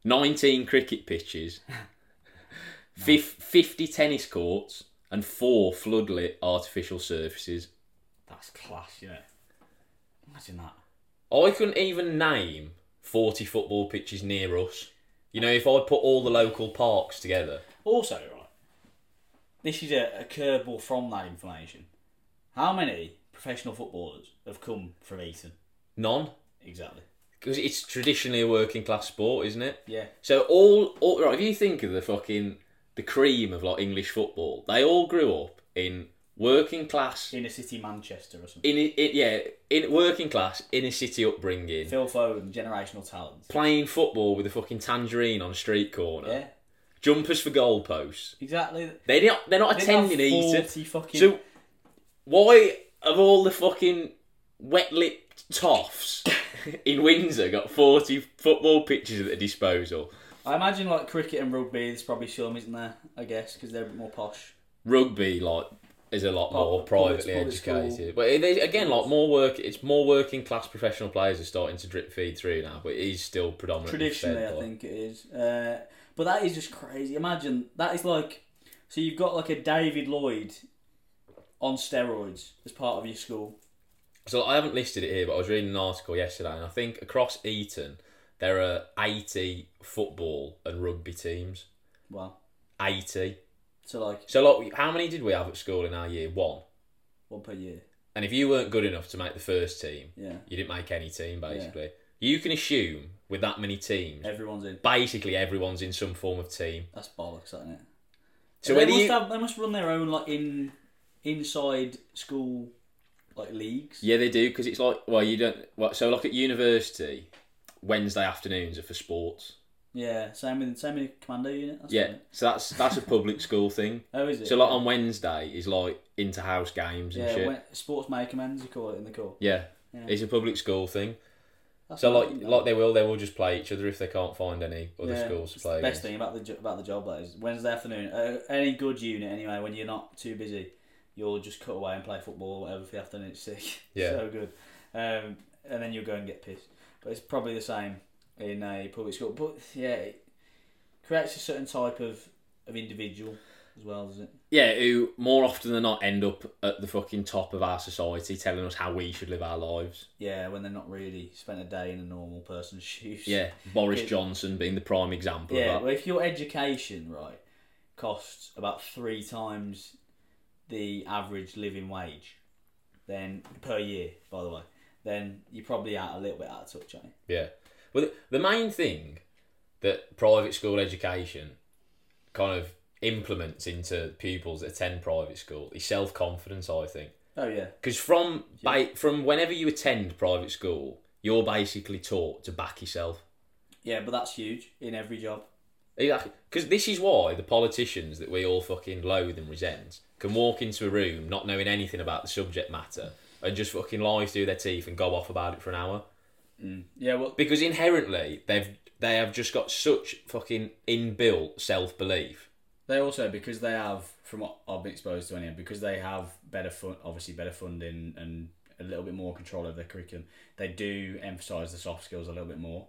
S2: Nineteen cricket pitches, fif- fifty tennis courts, and four floodlit artificial surfaces.
S1: That's class, yeah. Imagine that.
S2: I couldn't even name 40 football pitches near us. You know, if I put all the local parks together.
S1: Also, right, this is a, a curveball from that information. How many professional footballers have come from Eton?
S2: None.
S1: Exactly.
S2: Because it's traditionally a working class sport, isn't it?
S1: Yeah.
S2: So all, all right, if you think of the fucking the cream of like English football, they all grew up in working class
S1: Inner city Manchester or something.
S2: in it yeah, in working class inner city upbringing,
S1: Phil Foden, generational talent.
S2: playing football with a fucking tangerine on a street corner,
S1: Yeah,
S2: jumpers for goalposts.
S1: exactly.
S2: They're not they're not
S1: They'd have
S2: attending Eton.
S1: 40 fucking.
S2: So, why of all the fucking wet lipped toffs in Windsor got 40 football pitches at their disposal?
S1: I imagine like cricket and rugby, there's probably some, isn't there? I guess, because they're a bit more posh.
S2: Rugby, like, is a lot more
S1: public-
S2: privately
S1: public school.
S2: educated. But it, they- again, like, more work, it's more working class professional players are starting to drip feed through now, but it is still predominantly
S1: Traditionally,
S2: fed
S1: I
S2: by-
S1: think it is. Uh, but that is just crazy. Imagine that is like. So you've got like a David Lloyd on steroids as part of your school.
S2: So I haven't listed it here, but I was reading an article yesterday, and I think across Eton, there are 80 football and rugby teams.
S1: Wow.
S2: 80.
S1: So like
S2: So, like, how many did we have at school in our year? One.
S3: one per year.
S2: And if you weren't good enough to make the first team,
S3: Yeah,
S2: you didn't make any team basically. You can assume with that many teams,
S3: everyone's in.
S2: basically everyone's in some form of team.
S3: That's bollocks, isn't it?
S2: So
S3: they
S2: whether
S3: must
S2: you,
S3: have, they must run their own like in inside school like leagues.
S2: yeah, they do because it's like well, you don't. Well, so like at university, Wednesday afternoons are for sports.
S3: Yeah, same with same with commando unit. That's
S2: Yeah,
S3: right.
S2: so that's that's a public school thing.
S3: Oh, is it?
S2: So like on Wednesday is like inter-house games and
S3: yeah,
S2: shit.
S3: when, sports may commends you call it in the court.
S2: yeah.
S3: Yeah.
S2: it's a public school thing.
S3: That's
S2: So
S3: what I
S2: like
S3: think, though.
S2: like they will they will just play each other if they can't find any other
S3: Yeah,
S2: schools to
S3: it's
S2: play.
S3: The best
S2: against.
S3: thing about the jo- about the job that is Wednesday afternoon. Uh, any good unit anyway, when you're not too busy, you'll just cut away and play football or whatever for the afternoon. It's sick.
S2: Yeah.
S3: so good. Um, and then you'll go and get pissed. But it's probably the same in a public school. But yeah, it creates a certain type of of individual as well, doesn't it?
S2: Yeah, who more often than not end up at the fucking top of our society telling us how we should live our lives.
S3: Yeah, when they're not really spent a day in a normal person's shoes.
S2: Yeah, Boris
S3: It-
S2: Johnson being the prime example
S3: Yeah,
S2: of that.
S3: well, if your education, right, costs about three times the average living wage, then per year, by the way, then you're probably out a little bit out of touch, aren't you?
S2: Yeah. Well, the- the main thing that private school education kind of implements into pupils that attend private school is self confidence, I think.
S3: Oh, yeah.
S2: Because from, ba- from whenever you attend private school, you're basically taught to back yourself.
S3: Yeah, but that's huge in every job.
S2: Because this is why the politicians that we all fucking loathe and resent can walk into a room not knowing anything about the subject matter and just fucking lie through their teeth and go off about it for an hour.
S3: Yeah, well,
S2: Because inherently they've they have just got such fucking inbuilt self belief.
S1: They also because they have, from what I've been exposed to, anyway, because they have better fun, obviously better funding and a little bit more control over their curriculum. They do emphasise the soft skills a little bit more.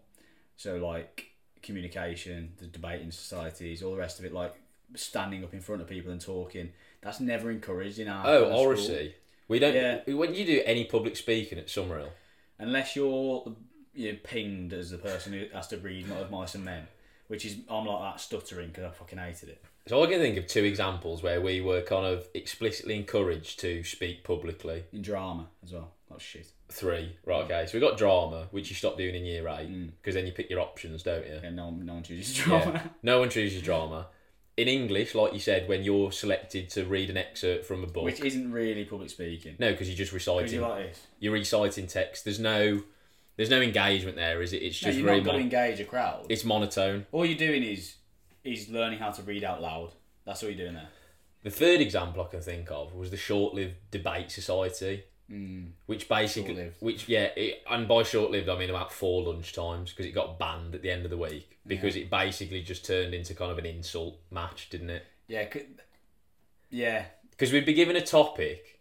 S1: So like communication, the debating societies, all the rest of it, like standing up in front of people and talking. That's never encouraged in our
S2: Oh,
S1: our school.
S2: oracy. We don't.
S1: Yeah.
S2: When you do any public speaking at Summerhill,
S1: unless you're you're pinged as the person who has to read of mice and men, which is I'm like that stuttering because I fucking hated it.
S2: so I can think of two examples where we were kind of explicitly encouraged to speak publicly.
S1: In drama as well, that was shit.
S2: Three,
S1: Mm.
S2: right? Okay, so we got drama, which you stop doing in year eight because then you pick your options, don't you?
S1: Yeah, no, one- no one chooses
S2: Yeah.
S1: drama.
S2: No one chooses drama. In English, like you said, when you're selected to read an excerpt from a book,
S1: Which isn't really public speaking.
S2: no, because you're just
S1: Because
S2: reciting.
S1: you're
S2: You're,
S1: like this.
S2: reciting text. There's no, there's no engagement there, is it? It's
S1: No,
S2: just
S1: you're
S2: very.
S1: not going to
S2: Mon-
S1: engage a crowd.
S2: it's monotone.
S1: All you're doing is is learning how to read out loud. That's all you're doing there.
S2: The third example I can think of was the short-lived debate society, which basically,
S1: Hmm. Short-lived.
S2: which yeah, it, and by short-lived I mean about four lunch times because it got banned at the end of the week because it basically just turned into kind of an insult match, didn't it?
S1: Yeah. c- Yeah.
S2: because we'd be given a topic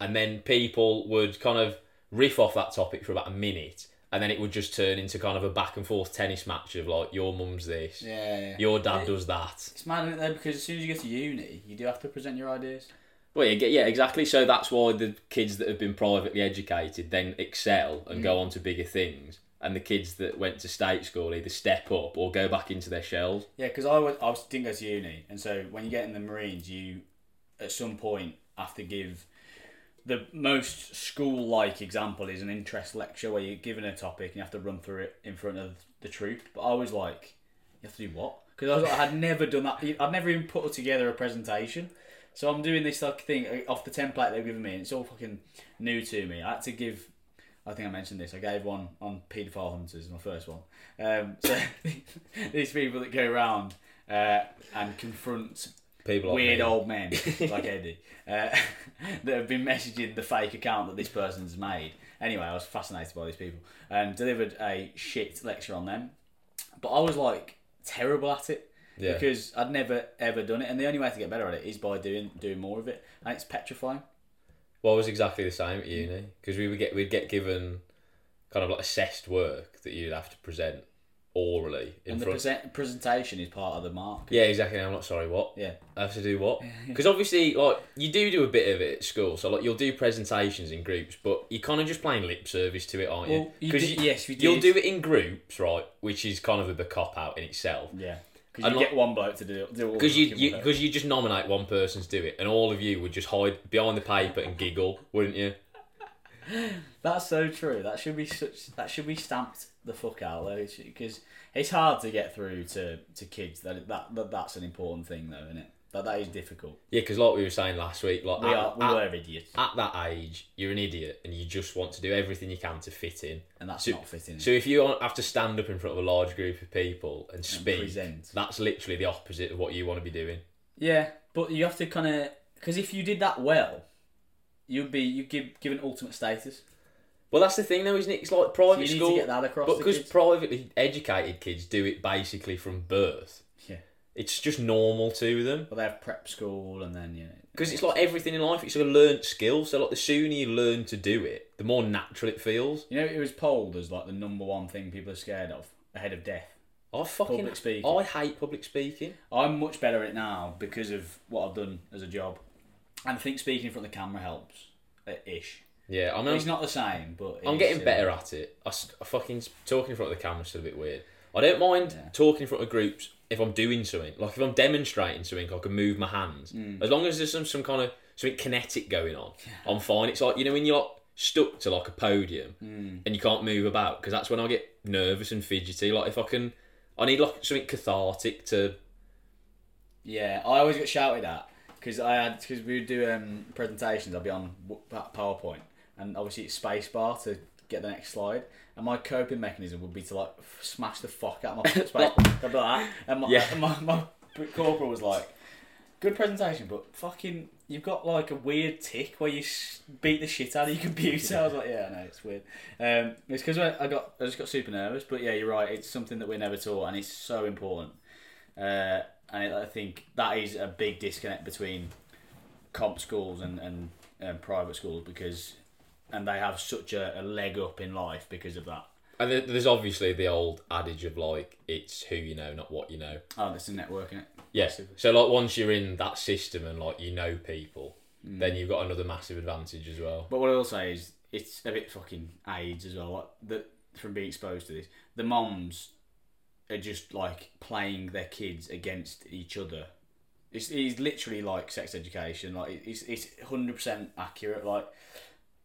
S2: and then people would kind of riff off that topic for about a minute and then it would just turn into kind of a back and forth tennis match of like your mum's this
S1: Yeah. yeah.
S2: your dad does that
S1: It's mad, isn't it, though? Because as soon as you get to uni, you do have to present your ideas.
S2: well yeah, yeah exactly so that's why the kids that have been privately educated then excel and
S1: Mm.
S2: go on to bigger things and the kids that went to state school either step up or go back into their shells
S1: Yeah, because I, went- I was, didn't go to uni, and so when you get in the Marines, you at some point have to give the most school-like example is an interest lecture where you're given a topic and you have to run through it in front of the troop. But I was like, you have to do what? Because I, was like, I had never done that. I'd never even put together a presentation. So I'm doing this like thing uh, off the template they've given me, and it's all fucking new to me. I had to give. I think I mentioned this. I gave one on paedophile hunters, my first one. Um, so these people that go around uh, and confront
S2: people like
S1: weird
S2: me.
S1: old men like Eddie uh, that have been messaging the fake account that this person's made. Anyway, I was fascinated by these people and delivered a shit lecture on them. But I was like terrible at it
S2: Yeah.
S1: because I'd never ever done it, and the only way to get better at it is by doing doing more of it, and it's petrifying.
S2: Well, it was exactly the same at uni because we would get we'd get given kind of like assessed work that you'd have to present orally in
S1: And the
S2: front.
S1: present, presentation is part of the mark.
S2: yeah, exactly. I'm not sorry. What?
S1: Yeah.
S2: I have to do what? Because obviously, like you do do a bit of it at school, so like you'll do presentations in groups, but you're kind of just playing lip service to it, aren't
S1: Well,
S2: you?
S1: you
S2: 'Cause
S1: did- yes, we
S2: You'll
S1: did.
S2: do it in groups, right? Which is kind of a bit cop out in itself.
S1: Yeah. Because
S2: I'd
S1: you
S2: like-
S1: get one bloke to do do all the
S2: Because you
S1: fucking work.
S2: because you, just nominate one person to do it, and all of you would just hide behind the paper and giggle, wouldn't you?
S1: That's so true. That should be such. That should be stamped the fuck out though, because it's hard to get through to, to kids. That, that that that's an important thing though, isn't it? That that is difficult.
S2: Yeah, because like we were saying last week, like
S1: We
S2: at,
S1: are we
S2: at-
S1: were idiots,
S2: at that age, you're an idiot, and you just want to do everything you can to fit in.
S1: and that's
S2: so-
S1: not fitting.
S2: So if you have to stand up in front of a large group of people and speak,
S1: present.
S2: that's literally the opposite of what you want to be doing.
S1: yeah, but you have to kind of because if you did that well, you'd be you give given ultimate status.
S2: Well, that's the thing, though, isn't it? It's like
S1: You
S2: private
S1: need
S2: school,
S1: to get that across.
S2: but
S1: to
S2: because
S1: kids.
S2: privately educated kids do it basically from birth,
S1: yeah,
S2: it's just normal to them.
S1: but they have prep school and then you know
S2: Because it's like everything in life, it's a learned skill. So like the sooner you learn to do it, the more natural it feels.
S1: you know it was polled as like the number one thing people are scared of ahead of death.
S2: I fucking
S1: Public speaking.
S2: I hate public speaking.
S1: I'm much better at it now because of what I've done as a job. And I think speaking in front of the camera helps. uh, Ish.
S2: Yeah, I mean,
S1: It's not the same, but it
S2: Um, I'm
S1: is,
S2: getting
S1: uh,
S2: better at it. I, s- I fucking s- talking in front of the camera's still a bit weird. I don't mind talking in front of groups if I'm doing something, like if I'm demonstrating something, I can move my hands. As long as there's some some kind of something kinetic going on, I'm fine. It's like you know when you're like, stuck to like a podium and you can't move about because that's when I get nervous and fidgety. Like if I can, I need like something cathartic to.
S1: Yeah, I always get shouted at because I had because we would do um, presentations. I'd be on w- PowerPoint, and obviously it's spacebar to get the next slide. And my coping mechanism would be to like f- smash the fuck out of my space. I'd be like that. And my,
S2: Yeah.
S1: and my, my corporal was like, "Good presentation, but fucking, you've got like a weird tick where you s- beat the shit out of your computer." I was like, "Yeah, I know, it's weird." Um, it's because I, I got I just got super nervous. But yeah, you're right. It's something that we're never taught, and it's so important. Uh, and I think that is a big disconnect between comp schools and, and, and private schools because, and they have such a, a leg up in life because of that.
S2: And there- there's obviously the old adage of like it's who you know, not what you know.
S1: Oh, that's the networking. It.
S2: Yeah.
S1: Massive.
S2: So like once you're in that system and like you know people, then you've got another massive advantage as well.
S1: But what I will say is it's a bit fucking AIDS as well. Like the, from being exposed to this, the moms are just like playing their kids against each other. It's, it's literally like sex education. Like it's it's hundred percent accurate. Like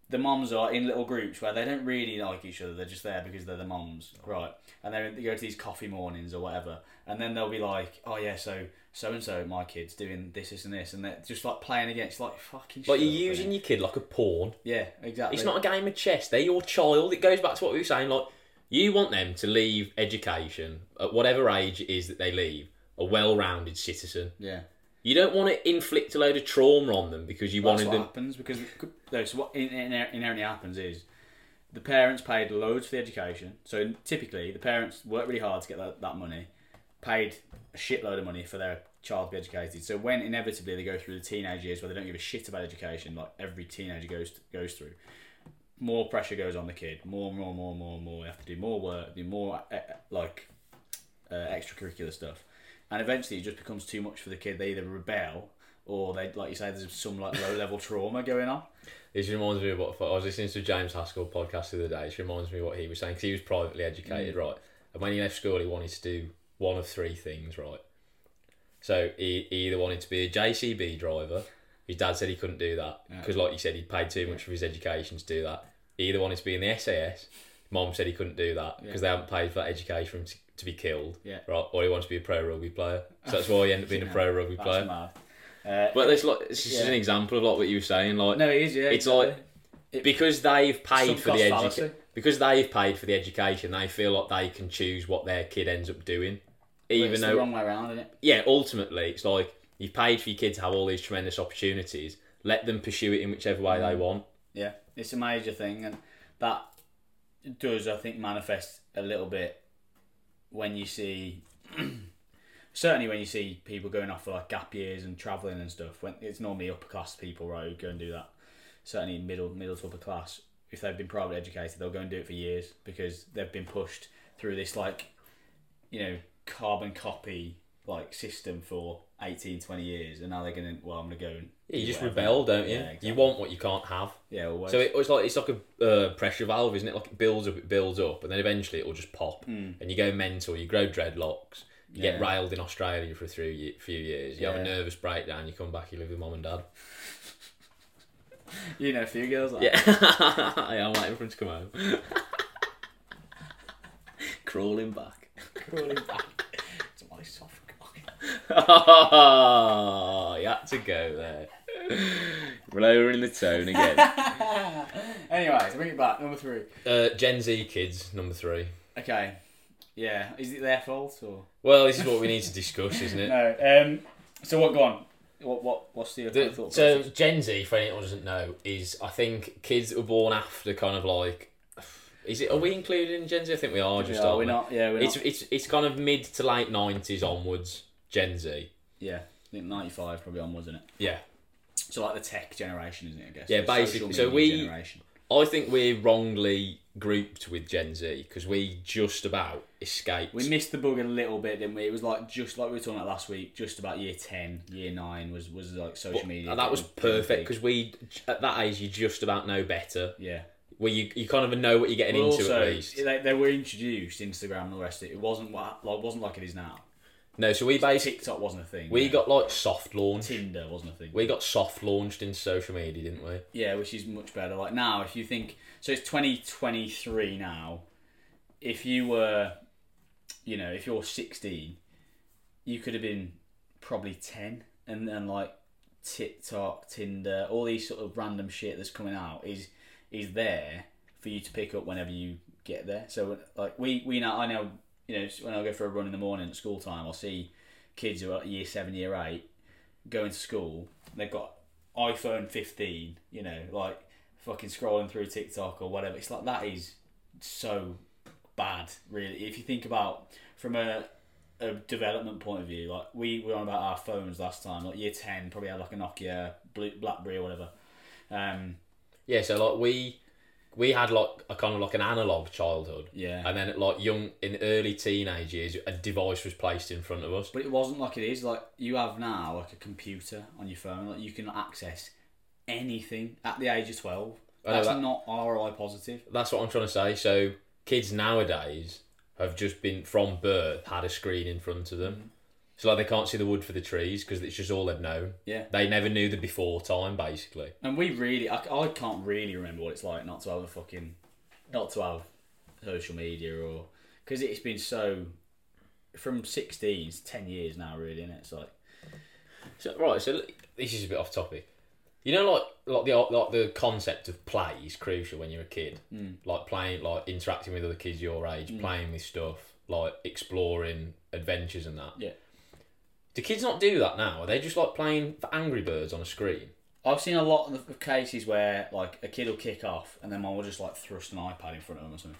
S1: the moms are in little groups where they don't really like each other. They're just there because they're the moms, right? And they they go to these coffee mornings or whatever, and then they'll be like, "Oh yeah, so so and so, my kid's doing this, this, and this," and they're just like playing against like fucking. shut
S2: Like you're
S1: up, innit?
S2: using your kid like a pawn.
S1: Yeah, exactly.
S2: It's not a game of chess. They're your child. It goes back to what we were saying. Like you want them to leave education at whatever age it is that they leave a well-rounded citizen.
S1: Yeah,
S2: You don't want to inflict a load of trauma on them because you
S1: that's
S2: wanted
S1: what
S2: them.
S1: happens because no, so what in- in- inherently happens is the parents paid loads for the education. So typically, the parents worked really hard to get that, that money, paid a shitload of money for their child to be educated. So when inevitably they go through the teenage years where they don't give a shit about education, like every teenager goes goes through, more pressure goes on the kid. More, more, more, more, more. You have to do more work, do more eh, eh, like uh, extracurricular stuff, and eventually it just becomes too much for the kid. They either rebel or they, like you say, there's some like low level trauma going on.
S2: This reminds me of what I was listening to a James Haskell podcast the other day. This reminds me of what he was saying because he was privately
S1: Mm.
S2: educated, right? And when he left school, he wanted to do one of three things, right? So he, he either wanted to be a JCB driver. His dad said he couldn't do that because, like you said, he'd paid too much for his education to do that. He either wanted to be in the SAS. Mom said he couldn't do that because they haven't paid for that education for him to, to be killed,
S1: Yeah.
S2: right? Or he wanted to be a pro rugby player. So that's why he ended up being a pro rugby
S1: That's
S2: player.
S1: mad. Uh,
S2: But it's like it's just
S1: Yeah.
S2: an example of like what you were saying, like
S1: no, it is. Yeah,
S2: it's
S1: exactly.
S2: like because they've
S1: Some
S2: paid for
S1: cost
S2: the
S1: fallacy.
S2: education because they've paid for the education they feel like they can choose what their kid ends up doing
S1: But
S2: even
S1: it's
S2: though
S1: the wrong way around, isn't it?
S2: yeah ultimately it's like you've paid for your kid to have all these tremendous opportunities let them pursue it in whichever way they want
S1: Yeah, it's a major thing, and that does, I think, manifest a little bit when you see, certainly when you see people going off for like gap years and traveling and stuff. When it's normally upper class people, right, who go and do that. Certainly middle middle to upper class. If they've been privately educated, they'll go and do it for years because they've been pushed through this like, you know, carbon copy like system for 18, 20 years, and now they're gonna. Well, I'm gonna go and
S2: you
S1: do
S2: just
S1: whatever.
S2: rebel don't you
S1: Yeah, exactly.
S2: you want what you can't have
S1: Yeah, always.
S2: so it, it's like it's like a uh, pressure valve Hmm. isn't it like it builds up it builds up and then eventually it will just pop and you go mental you grow dreadlocks You get
S1: Yeah.
S2: railed in Australia for a few, ye- few years. You have a
S1: Yeah.
S2: nervous breakdown. You come back. You live with mum and dad.
S1: You know, a few girls like
S2: Yeah, yeah I'm waiting for him to come home. Crawling back.
S1: crawling back to my soft cock.
S2: Oh, you had to go there. Lowering the tone again.
S1: anyway, to bring it back, number three.
S2: uh, Gen Z kids, number three.
S1: Okay. Yeah. Is it their fault or
S2: Well, this is what we need to discuss, isn't it?
S1: no? Um. So what? Go on. What? What? What's the,
S2: The-
S1: thought?
S2: so
S1: process?
S2: Gen Z, for anyone who doesn't know, is I think kids that were born after kind of like, is it? Are we included in Gen Z? I think we are. Just
S1: Yeah,
S2: aren't
S1: we're not. Yeah, we're
S2: It's
S1: not.
S2: it's it's kind of mid to late nineties onwards. Gen Z.
S1: Yeah, I think ninety-five probably on, wasn't it?
S2: Yeah.
S1: So like the tech generation, isn't it? I guess.
S2: Yeah,
S1: The social
S2: basically. So
S1: media
S2: we-
S1: generation.
S2: I think we're wrongly grouped with Gen Z because we just about escaped.
S1: We missed the bug a little bit, didn't we? It was like just like we were talking about last week, just about year ten, year nine was was like social media.
S2: and that was
S1: getting-
S2: perfect
S1: getting
S2: because we at that age you just about know better.
S1: big. yeah,
S2: Where you, you kind of know what you're getting
S1: But
S2: into
S1: also
S2: at least.
S1: they, they were introduced Instagram and all the rest of it. It wasn't what like, wasn't like it is now.
S2: No, so we basically
S1: TikTok wasn't a thing.
S2: we
S1: yeah.
S2: got like soft launch.
S1: Tinder wasn't a thing.
S2: We got soft launched into social media, didn't we?
S1: Yeah, which is much better. Like now, if you think so, it's twenty twenty three now. If you were, you know, if you're sixteen, you could have been probably ten, and then like TikTok, Tinder, all these sort of random shit that's coming out is is there for you to pick up whenever you get there. So like we we now I know you know when I go for a run in the morning at school time, I'll see kids who are year seven, year eight going to school. They've got iPhone 15, you know, like fucking scrolling through TikTok or whatever. It's like that is so bad, really. If you think about from a, a development point of view, like we were on about our phones last time, like year 10, probably had like a Nokia, Blue, Blackberry, or whatever. Um,
S2: Yeah, so like we we had like a kind of like an analog childhood.
S1: yeah.
S2: And then at like young in early teenage years a device was placed in front of us.
S1: But it wasn't like it is. Like you have now, like a computer on your phone, like you can access anything at the age of twelve.
S2: I know
S1: That's
S2: that-
S1: not ROI positive.
S2: That's what I'm trying to say. So kids nowadays have just been from birth had a screen in front of them.
S1: Mm-hmm.
S2: So like they can't see the wood for the trees because it's just all they've known.
S1: Yeah.
S2: They never knew the before time basically.
S1: And we really, I, I can't really remember what it's like not to have a fucking, not to have social media or because it's been so from sixteen to ten years now, really, and it's like
S2: So right, so look, this is a bit off topic. You know, like like the like the concept of play is crucial when you're a kid. Mm. Like playing, like interacting with other kids your age,
S1: Mm.
S2: playing with stuff, like exploring adventures and that.
S1: Yeah.
S2: Do kids not do that now? Are they just like playing for Angry Birds on a screen?
S1: I've seen a lot of cases where like a kid will kick off and then mum will just like thrust an iPad in front of them or something.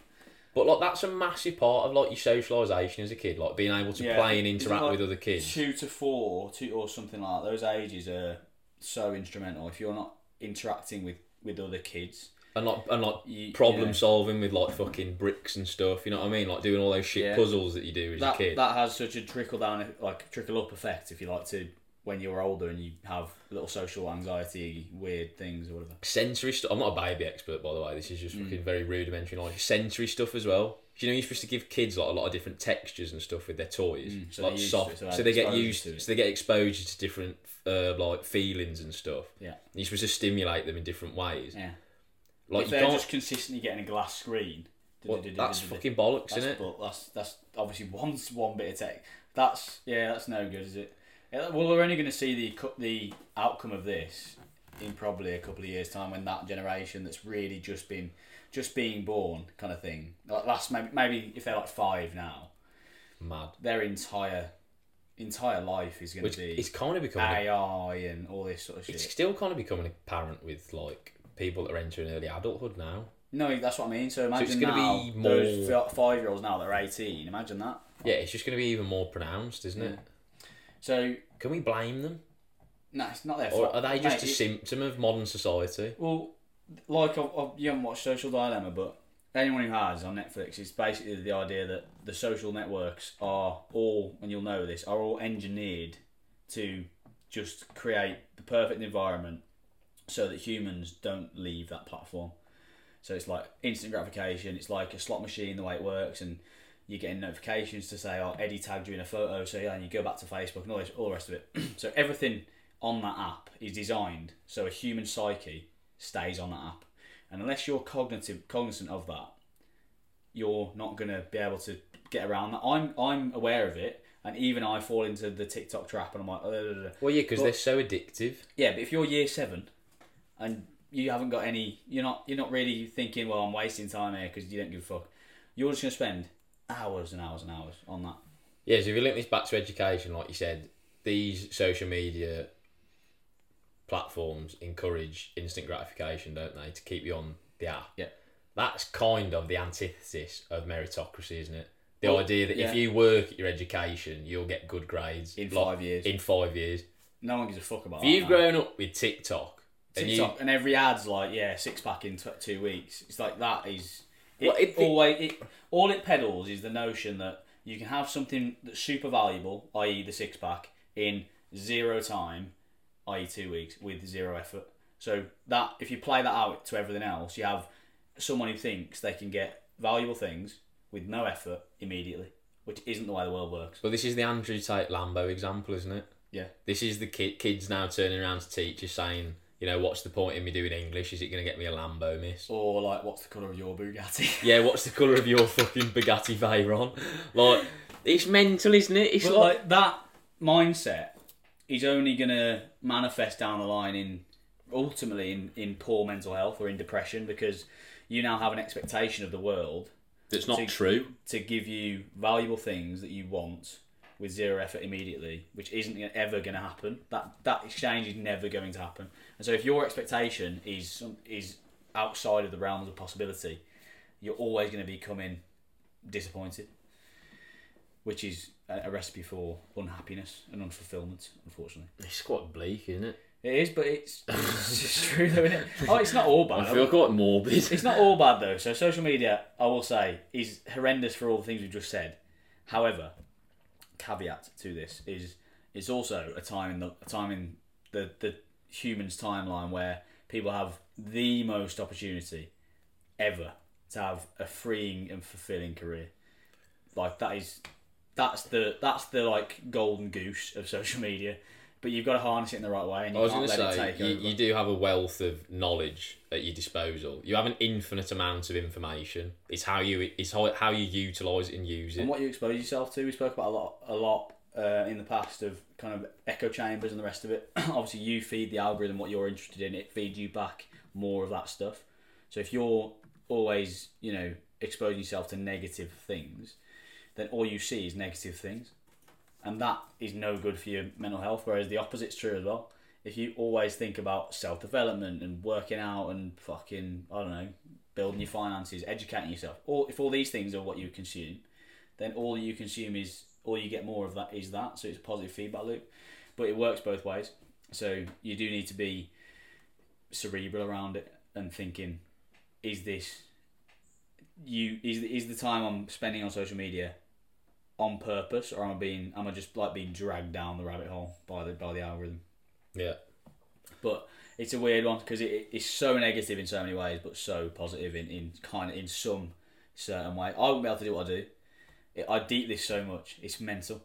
S2: But like that's a massive part of like your socialisation as a kid, like being able to
S1: Yeah.
S2: play and
S1: Is it
S2: interact
S1: like
S2: with other kids.
S1: two to four, two or something like that. Those ages are so instrumental. If you're not interacting with with other kids,
S2: and like and like
S1: You-
S2: problem
S1: yeah.
S2: solving with like fucking bricks and stuff. You know what I mean? Like doing all those shit
S1: Yeah.
S2: puzzles that you do as a
S1: that
S2: kid.
S1: that has such a trickle down, like trickle up effect, if you like to. When you're older and you have little social anxiety, weird things or whatever.
S2: sensory stuff. I'm not a baby expert, by the way. This is
S1: Mm.
S2: just fucking very rudimentary knowledge. Sensory stuff as well. Do you know you're supposed to give kids like a lot of different textures and stuff with their toys,
S1: Mm, so
S2: like
S1: they're used to
S2: soft,
S1: it, so they
S2: so
S1: have
S2: they get
S1: exposure
S2: used,
S1: to it.
S2: so they get exposure to different uh, like feelings and stuff.
S1: Yeah.
S2: you're supposed to stimulate them in different ways.
S1: Yeah.
S2: Like
S1: if
S2: you
S1: they're
S2: can't.
S1: just consistently getting a glass screen,
S2: well, that's fucking bollocks,
S1: that's,
S2: isn't it?
S1: But that's that's obviously one one bit of tech. That's yeah, that's no good, is it? Yeah, Well, we're only going to see the co- the outcome of this in probably a couple of years' time when that generation that's really just been just being born kind of thing. Like last maybe maybe if they're like five now,
S2: Mad.
S1: their entire entire life is going
S2: Which
S1: to be
S2: it's kind of becoming. a-
S1: AI and all this sort of shit.
S2: it's still kind of becoming apparent with like people that are entering early adulthood now.
S1: No, that's what I mean. So imagine
S2: gonna
S1: now
S2: be more-
S1: those five year olds now that are eighteen. Imagine that.
S2: Yeah, it's just going to be even more pronounced, isn't it?
S1: Mm. So
S2: Can we blame them,
S1: no, it's not their
S2: or
S1: fault.
S2: are they just
S1: Mate,
S2: a
S1: it-
S2: symptom of modern society?
S1: Well, like I've, I've, you haven't watched Social Dilemma, but anyone who has on Netflix, it's basically the idea that the social networks are all, and you'll know this, are all engineered to just create the perfect environment so that humans don't leave that platform. So it's like instant gratification. It's like a slot machine, the way it works, and you're getting notifications to say, "Oh, Eddie tagged you in a photo," so yeah, and you go back to Facebook and all this, all the rest of it. so everything on that app is designed so a human psyche stays on that app, and unless you're cognitive cognizant of that, you're not gonna be able to get around that. I'm I'm aware of it, and even I fall into the TikTok trap, and I'm like, "Oh, da, da, da."
S2: Well, yeah, because they're so addictive.
S1: Yeah, but if you're year seven and you haven't got any, you're not you're not really thinking. Well, I'm wasting time here because you don't give a fuck. You're just gonna spend hours and hours and hours on that.
S2: Yeah, so if you link this back to education, like you said, these social media platforms encourage instant gratification, don't they, to keep you on the app.
S1: Yeah.
S2: That's kind of the antithesis of meritocracy, isn't it? The
S1: Well,
S2: idea that
S1: yeah.
S2: if you work at your education, you'll get good grades
S1: In
S2: like,
S1: five years.
S2: In five years.
S1: No one gives a fuck about.
S2: If you've
S1: that, man.
S2: grown up with TikTok, and you,
S1: TikTok and every ad's like, yeah, six pack in tw two weeks. It's like that is. It
S2: Well, if the-
S1: always it, all it peddles is the notion that you can have something that's super valuable, i.e., the six pack, in zero time, i.e., two weeks, with zero effort. So that if you play that out to everything else, you have someone who thinks they can get valuable things with no effort immediately, which isn't the way the world works.
S2: well, this is the Andrew Tate Lambo example, isn't it?
S1: Yeah,
S2: This is the ki- kids now turning around to teachers saying, you know, what's the point in me doing English? Is it going to get me a Lambo, miss?
S1: or like, what's the color of your Bugatti?
S2: Yeah, what's the colour of your fucking Bugatti Veyron? Like, it's mental, isn't it? It's
S1: But
S2: like,
S1: like that mindset is only gonna manifest down the line in ultimately in, in poor mental health or in depression because you now have an expectation of the world
S2: it's not
S1: to-
S2: true.
S1: to give you valuable things that you want with zero effort immediately, which isn't gonna- ever going to happen. That that exchange is never going to happen. And so, if your expectation is some- is outside of the realms of possibility, you're always going to be coming disappointed, which is a a recipe for unhappiness and unfulfillment. Unfortunately,
S2: It's quite bleak, isn't it?
S1: it is, but it's, it's just true, though, isn't it? Oh, it's not all bad.
S2: I feel quite morbid.
S1: It's not all bad though. So social media, I will say, is horrendous for all the things we've just said. However, caveat to this is it's also a time in the a time in the the human's timeline where people have the most opportunity ever to have a freeing and fulfilling career. Like that is that's the that's the like golden goose of social media. But you've got to harness it in the right way, and
S2: I
S1: you
S2: was
S1: can't
S2: going to
S1: let it
S2: say,
S1: take
S2: you,
S1: over.
S2: you do have a wealth of knowledge at your disposal. You have an infinite amount of information. It's how you, it's how, how you utilise it and use it.
S1: and what you expose yourself to. We spoke about a lot, a lot uh, in the past of kind of echo chambers and the rest of it. Obviously, you feed the algorithm what you're interested in; it feeds you back more of that stuff. So if you're always, you know, exposing yourself to negative things, then all you see is negative things, and that is no good for your mental health. Whereas the opposite's true as well. If you always think about self development and working out and fucking I don't know, building your finances, educating yourself, or if all these things are what you consume, then all you consume is all you get more of that is that so it's a positive feedback loop but it works both ways so you do need to be cerebral around it and thinking is this you is is the time I'm spending on social media on purpose or am I being am I just like being dragged down the rabbit hole by the by the algorithm
S2: Yeah.
S1: but it's a weird one because it, it's so negative in so many ways, but so positive in, in kind of in some certain way. I wouldn't be able to do what I do. It, I deep this so much. It's mental.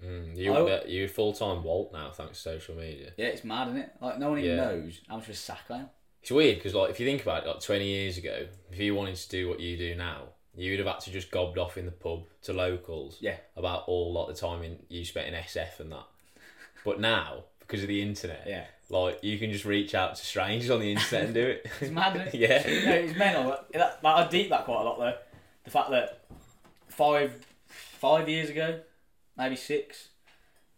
S2: Mm, you,
S1: I-
S2: you're full time Walt now, thanks to social media.
S1: Yeah, it's mad, isn't it? Like no one even
S2: Yeah.
S1: knows how much of a sack I am.
S2: It's weird because, like, if you think about it, like twenty years ago, if you wanted to do what you do now, you'd have had to just gobbed off in the pub to locals.
S1: Yeah.
S2: About all like the time in, you spent in SF and that. But now, because of the internet,
S1: Yeah.
S2: like you can just reach out to strangers on the internet and do it.
S1: It's mad, isn't it?
S2: yeah.
S1: no, it's mental. Like, that, like, I deep that quite a lot though. The fact that five five years ago, maybe six,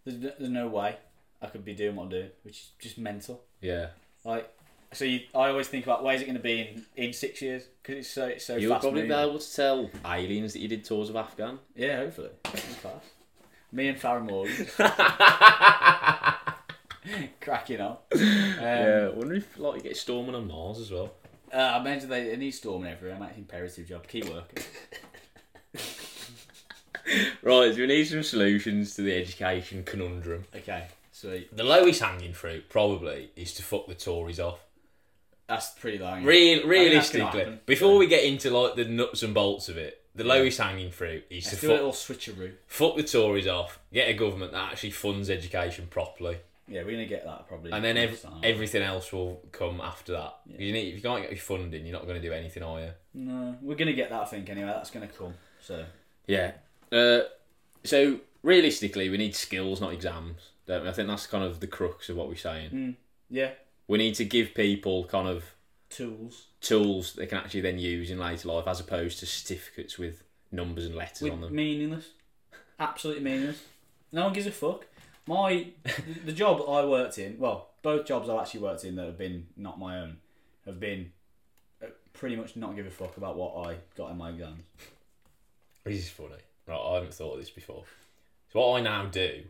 S1: there's, no- there's no way I could be doing what I'm doing, which is just mental.
S2: Yeah.
S1: Like, so you, I always think about where's it going to be in, in six years because it's so it's so
S2: You would
S1: fast.
S2: probably be
S1: moving.
S2: able to tell aliens that you did tours of Afghan.
S1: Yeah, hopefully. That's class. Me and Farrah Morgan cracking up. Um,
S2: yeah. I wonder if like you get storming on Mars as well.
S1: uh, I mentioned they, they need storming everywhere. That's imperative job, key worker.
S2: Right. So we need some solutions to the education conundrum.
S1: Okay, sweet.
S2: The lowest hanging fruit probably is to fuck the Tories off.
S1: That's pretty long.
S2: Real,
S1: I mean, that's gonna
S2: realistically,
S1: happen.
S2: before we get into like the nuts and bolts of it, the lowest hanging fruit is to
S4: do a
S2: fuck,
S4: little switcheroo.
S2: fuck the Tories off, get a government that actually funds education properly,
S1: Yeah, we're gonna get that probably.
S2: and then ev-
S1: next time.
S2: everything else will come after that. You need, if you can't get your funding, you're not going to do anything, are you?
S1: no, we're gonna get that. I think anyway. That's gonna come. So
S2: Yeah. Uh, so realistically, we need skills, not exams. Don't we? I think that's kind of the crux of what we're saying.
S1: yeah,
S2: We need to give people kind of
S1: tools
S2: tools they can actually then use in later life, as opposed to certificates with numbers and letters on them.
S1: meaningless, absolutely meaningless. No one gives a fuck. My the- the job I worked in, well, both jobs I've actually worked in that have been not my own, have been uh, pretty much not give a fuck about what I got in my exams.
S2: This is funny. Right, I haven't thought of this before. So what I now do,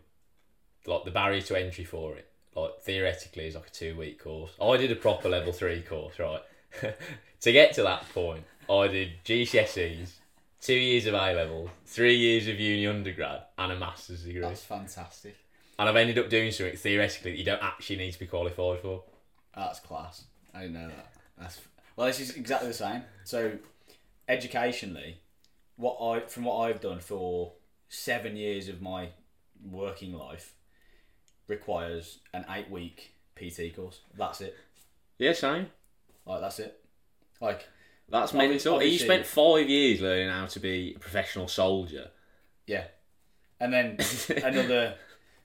S2: like the barrier to entry for it, like theoretically is like a two week course. I did a proper level three course, right? to get to that point, I did GCSEs, two years of A level, three years of uni undergrad, and a master's degree.
S1: fantastic.
S2: And I've ended up doing something theoretically that you don't actually need to be qualified for.
S1: That's class. I didn't know that. That's well. This is exactly the same. So, educationally, what I from what I've done for seven years of my working life requires an eight-week PT course. That's it.
S2: Yeah, same.
S1: Like that's it. Like
S2: That's
S1: Obvi-
S2: mental. He
S1: obviously-
S2: spent five years learning how to be a professional soldier.
S1: yeah, and then another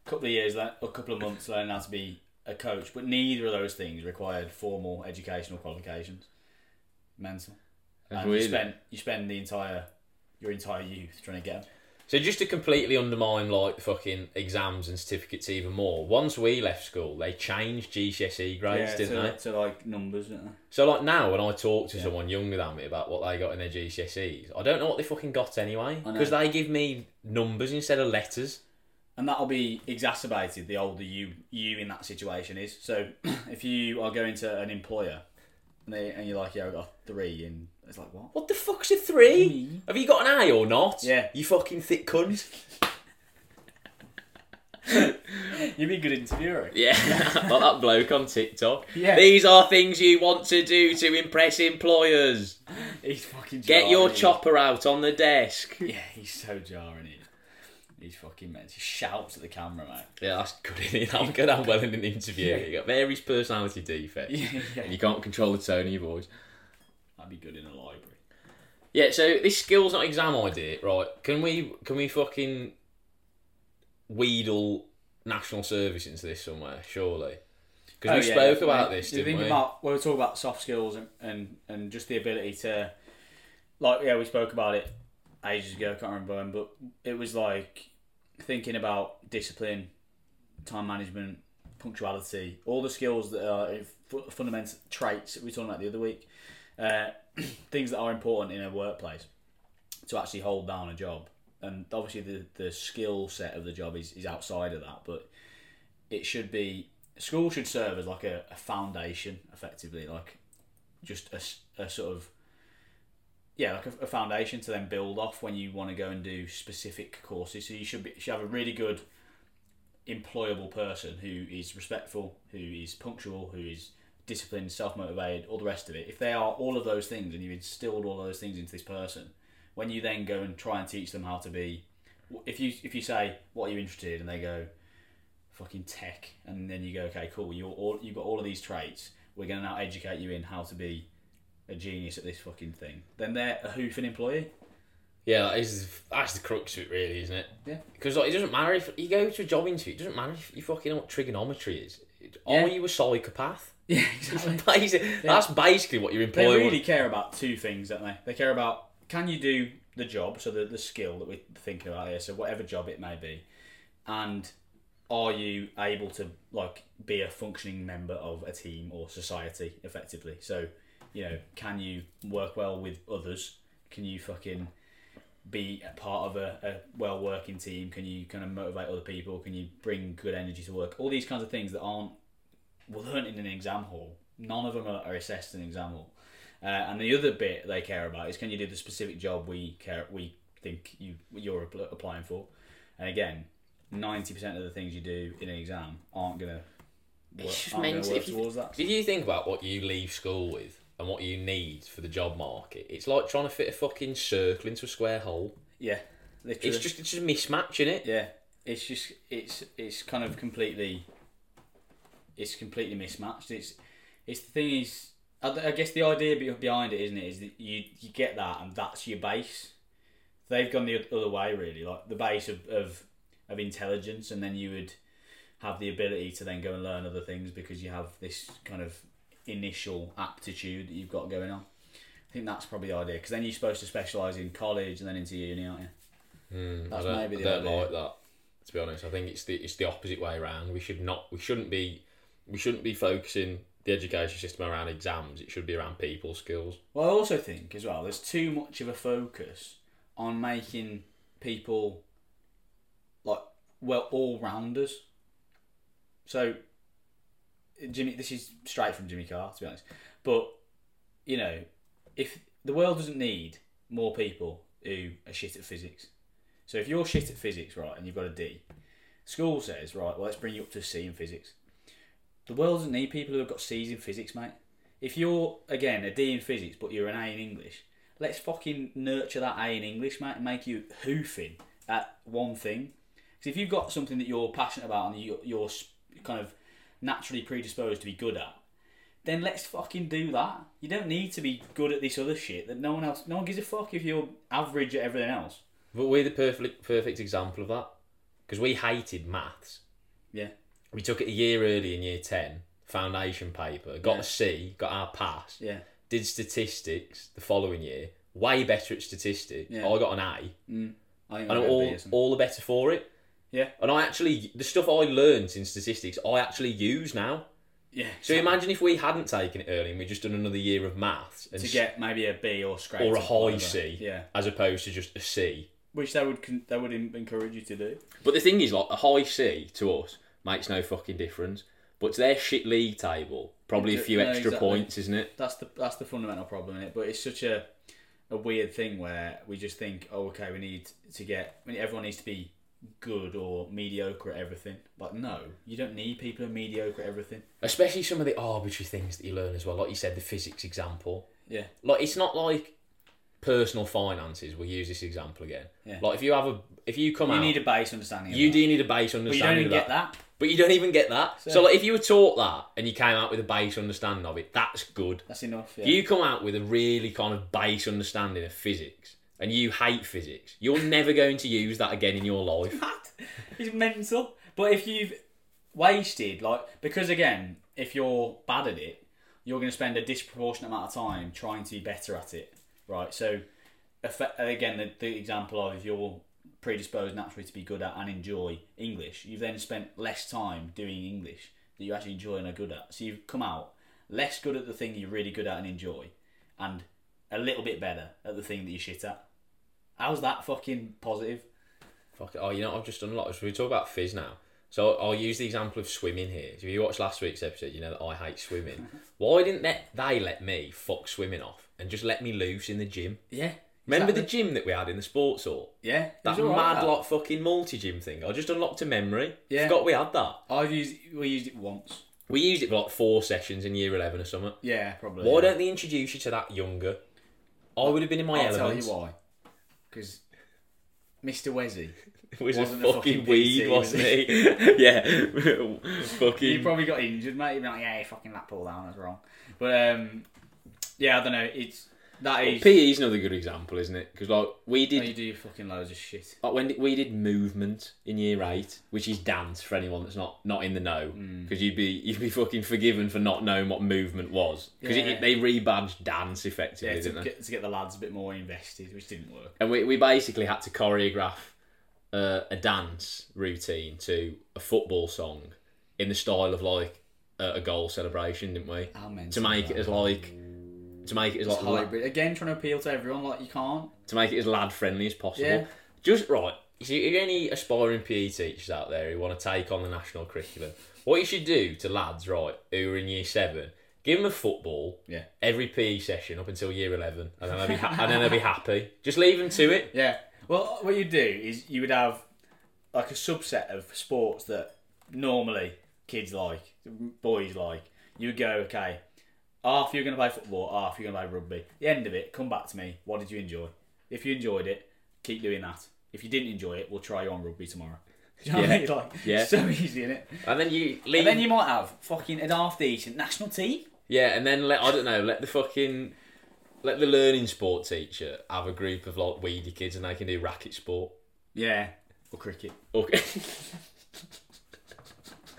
S1: couple of years, le- a couple of months learning how to be a coach. But neither of those things required formal educational qualifications. Mental.
S2: That's
S1: And you
S2: weird.
S1: spend you spend the entire your entire youth trying to get 'em.
S2: So just to completely undermine like fucking exams and certificates even more. Once we left school, they changed GCSE E grades, didn't
S1: to,
S2: they?
S1: to like numbers, didn't they?
S2: So like now, when I talk to someone younger than me about what they got in their GCSEs, I don't know what they fucking got anyway
S1: know.
S2: because they give me numbers instead of letters.
S1: And that'll be exacerbated the older you you in that situation is. So if you are going to an employer and they and you're like, yeah, I got a three, and it's like what?
S2: What the fuck's a three? Have you got an A or not?
S1: Yeah.
S2: You fucking thick cunt.
S1: You'd be a good interviewer.
S2: Yeah, like that bloke on TikTok.
S1: Yeah.
S2: These are things you want to do to impress employers.
S1: He's fucking.
S2: Get
S1: jarring,
S2: your
S1: isn't he?
S2: chopper out on the desk.
S1: Yeah, he's so jarring. He, he's fucking mental. He shouts at the camera, mate.
S2: Yeah, that's good. isn't it? That would go down well in an interview. You got various personality defects.
S1: yeah,
S2: You can't control the tone of your voice.
S1: that'd be good in a library.
S2: Yeah, so this skills not exam idea, right? Can we can we fucking weedle national service into this somewhere? Surely, because we
S1: Oh, yeah,
S2: spoke
S1: definitely.
S2: about this,
S1: You
S2: didn't
S1: think
S2: we?
S1: About, well, we talk about soft skills and, and, and just the ability to, like, yeah, we spoke about it ages ago. I can't remember when, but it was like thinking about discipline, time management, punctuality, all the skills that are f- fundamental traits that we were talking about the other week, uh, things that are important in a workplace to actually hold down a job. And obviously, the, the skill set of the job is, is outside of that, but it should be school should serve as like a, a foundation effectively like just a, s- a sort of yeah like a, a foundation to then build off when you want to go and do specific courses so you should be you should have a really good employable person who is respectful who is punctual who is disciplined self-motivated all the rest of it if they are all of those things and you instilled all those things into this person when you then go and try and teach them how to be if you if you say what are you interested in and they go fucking tech, and then you go, okay, cool. You're all you've got all of these traits. We're gonna now educate you in how to be a genius at this fucking thing. Then they're a hoofing employee.
S2: Yeah, that is that's the crux of it, really, isn't it?
S1: Yeah.
S2: Because like, it doesn't matter if you go to a job interview. It doesn't matter if you fucking know what trigonometry is.
S1: Yeah.
S2: Are you a psychopath?
S1: Yeah,
S2: Basi- That's basically what your
S1: They
S2: employer. would-
S1: really care about two things, don't they? They care about can you do the job, so the the skill that we're thinking about here, so whatever job it may be, and are you able to like be a functioning member of a team or society effectively? So, you know, can you work well with others? Can you fucking be a part of a, a well working team? Can you kind of motivate other people? Can you bring good energy to work? All these kinds of things that aren't learnt in an exam hall. None of them are, are assessed in an exam hall. Uh, and the other bit they care about is can you do the specific job we care we think you you're app- applying for. And again, ninety percent of the things you do in an exam aren't gonna work,
S2: It's just
S1: aren't gonna
S2: mental.
S1: work
S2: If you-
S1: towards that.
S2: If you think about what you leave school with, and what you need for the job market, it's like trying to fit a fucking circle into a square hole.
S1: Yeah, literally.
S2: It's just it's just a mismatch in it.
S1: yeah, it's just it's it's kind of completely it's completely mismatched. It's it's the thing is I, d- I guess the idea be- behind it, isn't it, is that you you get that and that's your base. They've gone the oth- other way really, like the base of of, of intelligence, and then you would have the ability to then go and learn other things because you have this kind of initial aptitude that you've got going on. I think that's probably the idea because then you're supposed to specialise in college and then into uni, aren't you?
S2: Mm,
S1: Hmm, That's
S2: I don't,
S1: maybe the
S2: I don't
S1: idea.
S2: like that. To be honest, I think it's the it's the opposite way around. We should not. We shouldn't be. We shouldn't be focusing the education system around exams. It should be around people skills.
S1: Well, I also think as well, there's too much of a focus on making people like well all rounders. So, Jimmy, this is straight from Jimmy Carr, to be honest. But you know, if the world doesn't need more people who are shit at physics, so if you're shit at physics, right, and you've got a D, school says, right, well, let's bring you up to a C in physics. The world doesn't need people who have got C's in physics, mate. If you're again a D in physics, but you're an A in English, let's fucking nurture that A in English, mate, and make you hoofing at one thing. Because if you've got something that you're passionate about and you, you're s- kind of naturally predisposed to be good at, then let's fucking do that. You don't need to be good at this other shit that no one else, no one gives a fuck if you're average at everything else.
S2: But we're the perfect perfect example of that because we hated maths.
S1: Yeah.
S2: We took it a year early in year ten, foundation paper, got
S1: Yeah.
S2: a C, got our pass.
S1: Yeah.
S2: Did statistics the following year, way better at statistics.
S1: Yeah.
S2: I got an A.
S1: I think
S2: and
S1: I'm
S2: I'm
S1: gonna
S2: all
S1: be or something.
S2: all the better for it.
S1: Yeah.
S2: And I actually the stuff I learnt in statistics I actually use now.
S1: yeah.
S2: So imagine if we hadn't taken it early and we just done another year of maths and
S1: to
S2: s-
S1: get maybe a B or scrape
S2: or a
S1: up,
S2: high
S1: whatever.
S2: C
S1: Yeah.
S2: as opposed to just a C.
S1: Which they would con- they would en- encourage you to do.
S2: But the thing is like a high C to us makes no fucking difference. But to their shit league table, probably a
S1: Exa-
S2: few
S1: no,
S2: extra
S1: exactly.
S2: points, isn't it?
S1: that's the that's the fundamental problem in it. But it's such a a weird thing where we just think, oh, okay, we need to get. I mean, everyone needs to be good or mediocre at everything. But no, you don't need people who are mediocre at everything.
S2: Especially some of the arbitrary things that you learn as well. Like you said, the physics example.
S1: Yeah.
S2: Like it's not like personal finances. We'll use this example again.
S1: Yeah.
S2: Like if you have a if you come
S1: You
S2: out
S1: need a base understanding.
S2: You
S1: of
S2: do need a base
S1: That. But you don't
S2: understanding
S1: even
S2: of
S1: get
S2: that.
S1: that.
S2: But you don't even get that. So,
S1: So-
S2: like, if you were taught that and you came out with a base understanding of it, that's good.
S1: That's enough. Yeah.
S2: You come out with a really kind of base understanding of physics and you hate physics, you're never going to use that again in your life.
S1: that is mental. But if you've wasted, like, because again, if you're bad at it, you're going to spend a disproportionate amount of time trying to be better at it, right? So, effe- again, the, the example of if you're predisposed naturally to be good at and enjoy English, you've then spent less time doing English that you actually enjoy and are good at. So you've come out less good at the thing you're really good at and enjoy, and a little bit better at the thing that you shit at. How's that fucking positive?
S2: Fuck it. Oh, you know what I've just done a lot. So, we talk about fizz now. So, I'll use the example of swimming here. So if you watched last week's episode, you know that I hate swimming. Why didn't they, they let me fuck swimming off and just let me loose in the gym?
S1: Yeah.
S2: Remember
S1: exactly.
S2: the gym that we had in the sports hall?
S1: Yeah, it
S2: That
S1: was all right,
S2: mad
S1: that.
S2: lot fucking multi gym thing. I just unlocked a memory.
S1: Yeah.
S2: Forgot we had that.
S1: I've used we used it once.
S2: We used it for like four sessions in year eleven or something.
S1: Yeah, probably.
S2: Why don't they introduce you to that younger? I would have been in my
S1: I'll
S2: element.
S1: tell you why? Because Mr. Wesley,
S2: It was
S1: Wasn't
S2: a
S1: a
S2: fucking,
S1: fucking
S2: weed,
S1: PT, was
S2: wasn't it? yeah,
S1: he
S2: fucking.
S1: probably got injured, mate. He'd be like, "Yeah, you fucking that pull down was wrong." But um, yeah, I don't know. It's that is.
S2: PE E is another good example, isn't it? Because like we
S1: Oh,
S2: did,
S1: you do fucking loads of shit.
S2: like, when we did movement in year eight, which is dance for anyone that's not not in the know,
S1: Mm.
S2: because you'd be you'd be fucking forgiven for not knowing what movement was because
S1: Yeah.
S2: they rebadged dance effectively,
S1: Yeah, to
S2: didn't they?
S1: get, to get the lads a bit more invested, which didn't work.
S2: and we, we basically had to choreograph uh, a dance routine to a football song in the style of like a, a goal celebration, didn't we?
S1: How mental
S2: To make it
S1: is
S2: as like to make it as like
S1: that?
S2: lad,
S1: hybrid again, trying to appeal to everyone. Like you can't.
S2: to make it as lad friendly as possible.
S1: Yeah.
S2: Just right. You see, if any aspiring PE teachers out there who want to take on the national curriculum, what you should do to lads, right, who are in year seven, give them a football
S1: Yeah.
S2: every PE session up until year eleven, and then they'll be ha- and then they'll be happy. Just leave them to it.
S1: Yeah. Well, what you do is you would have like a subset of sports that normally kids like, boys like. You would go, okay, half you're going to play football, half you're going to play rugby. The end of it, come back to me. What did you enjoy? If you enjoyed it, keep doing that. If you didn't enjoy it, we'll try you on rugby tomorrow. Do you know what I mean? Like,
S2: Yeah.
S1: so easy, is it?
S2: And then you leave.
S1: And then you might have fucking an half decent national team.
S2: Yeah, and then let I don't know, let the fucking let the learning sport teacher have a group of like weedy kids and they can do racket sport.
S1: Yeah. Or cricket.
S2: Okay.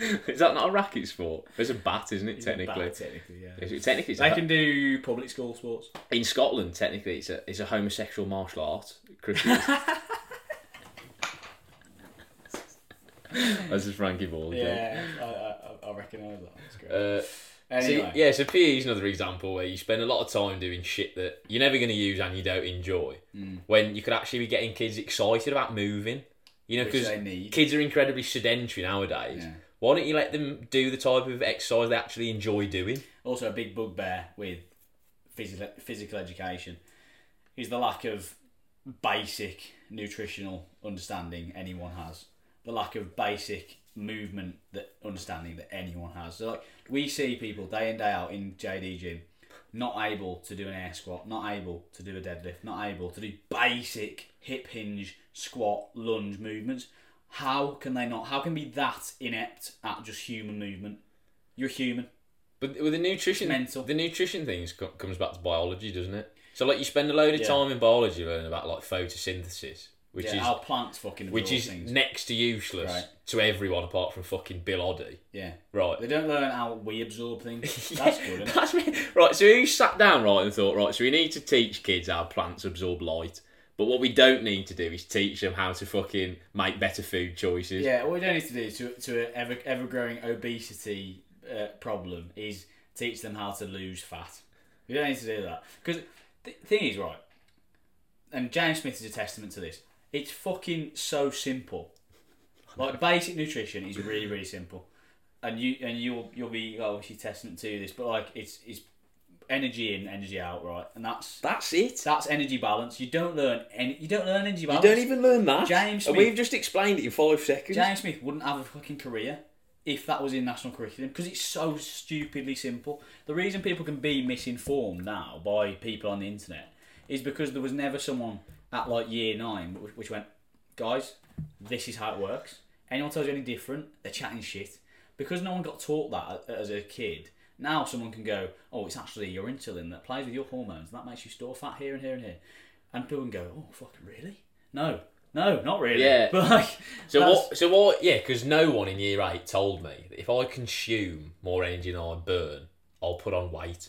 S2: Is that not a racket sport? It's a bat, isn't it? technically,
S1: Bad, technically, yeah.
S2: Is it- technically, it's a
S1: They
S2: ho-
S1: can do public school sports.
S2: in Scotland, technically, it's a it's a homosexual martial art. Cricket. That's just Frankie Ball. joke.
S1: Yeah, I, I, I recognise that. That's great.
S2: Uh, So,
S1: anyway,
S2: yeah, so PE is another example where you spend a lot of time doing shit that you're never going to use and you don't enjoy.
S1: Mm.
S2: When you could actually be getting kids excited about moving, you know,
S1: Which
S2: because
S1: they need.
S2: kids are incredibly sedentary nowadays.
S1: Yeah.
S2: Why don't you let them do the type of exercise they actually enjoy doing?
S1: also a big bugbear with physical physical education is the lack of basic nutritional understanding anyone has. The lack of basic movement that understanding that anyone has. So like we see people day in day out in JD gym not able to do an air squat, not able to do a deadlift, not able to do basic hip hinge, squat, lunge movements. How can they not? How can be that inept at just human movement? You're human.
S2: But with the nutrition,
S1: mental.
S2: the nutrition thing is, co- comes back to biology, doesn't it? So like you spend a load of
S1: Yeah.
S2: time in biology learning about like photosynthesis, which
S1: Yeah,
S2: is
S1: our plants fucking absorb
S2: which is
S1: things.
S2: next to useless
S1: Right.
S2: to everyone apart from fucking Bill Oddie,
S1: yeah,
S2: right?
S1: they don't learn how we absorb things. That's good. Isn't it?
S2: That's me. Right, so he sat down, right, and thought, right, so we need to teach kids how plants absorb light. But what we don't need to do is teach them how to fucking make better food choices.
S1: Yeah, what we don't need to do to to an ever ever growing obesity uh, problem is teach them how to lose fat. We don't need to do that because the thing is right, and James Smith is a testament to this. It's fucking so simple. Like basic nutrition is really really simple, and you and you'll you'll be obviously testament to this, but like it's it's energy in energy out right, and that's
S2: That's it.
S1: That's energy balance. You don't learn any. You don't learn energy
S2: You
S1: balance.
S2: don't even learn that.
S1: James
S2: and
S1: Smith-
S2: we've just explained it in five seconds.
S1: James Smith wouldn't have a fucking career if that was in national curriculum because it's so stupidly simple. The reason people can be misinformed now by people on the internet is because there was never someone at like year nine which, which went, guys, this is how it works. Anyone tells you any different, they're chatting shit. Because no one got taught that a- as a kid. Now someone can go, oh, it's actually your insulin that plays with your hormones and that makes you store fat here and here and here, and people can go, oh, fucking really? No, no, not really.
S2: Yeah.
S1: But like,
S2: so
S1: that's-
S2: what? So what? Yeah, because no one in year eight told me that if I consume more energy than I burn, I'll put on weight.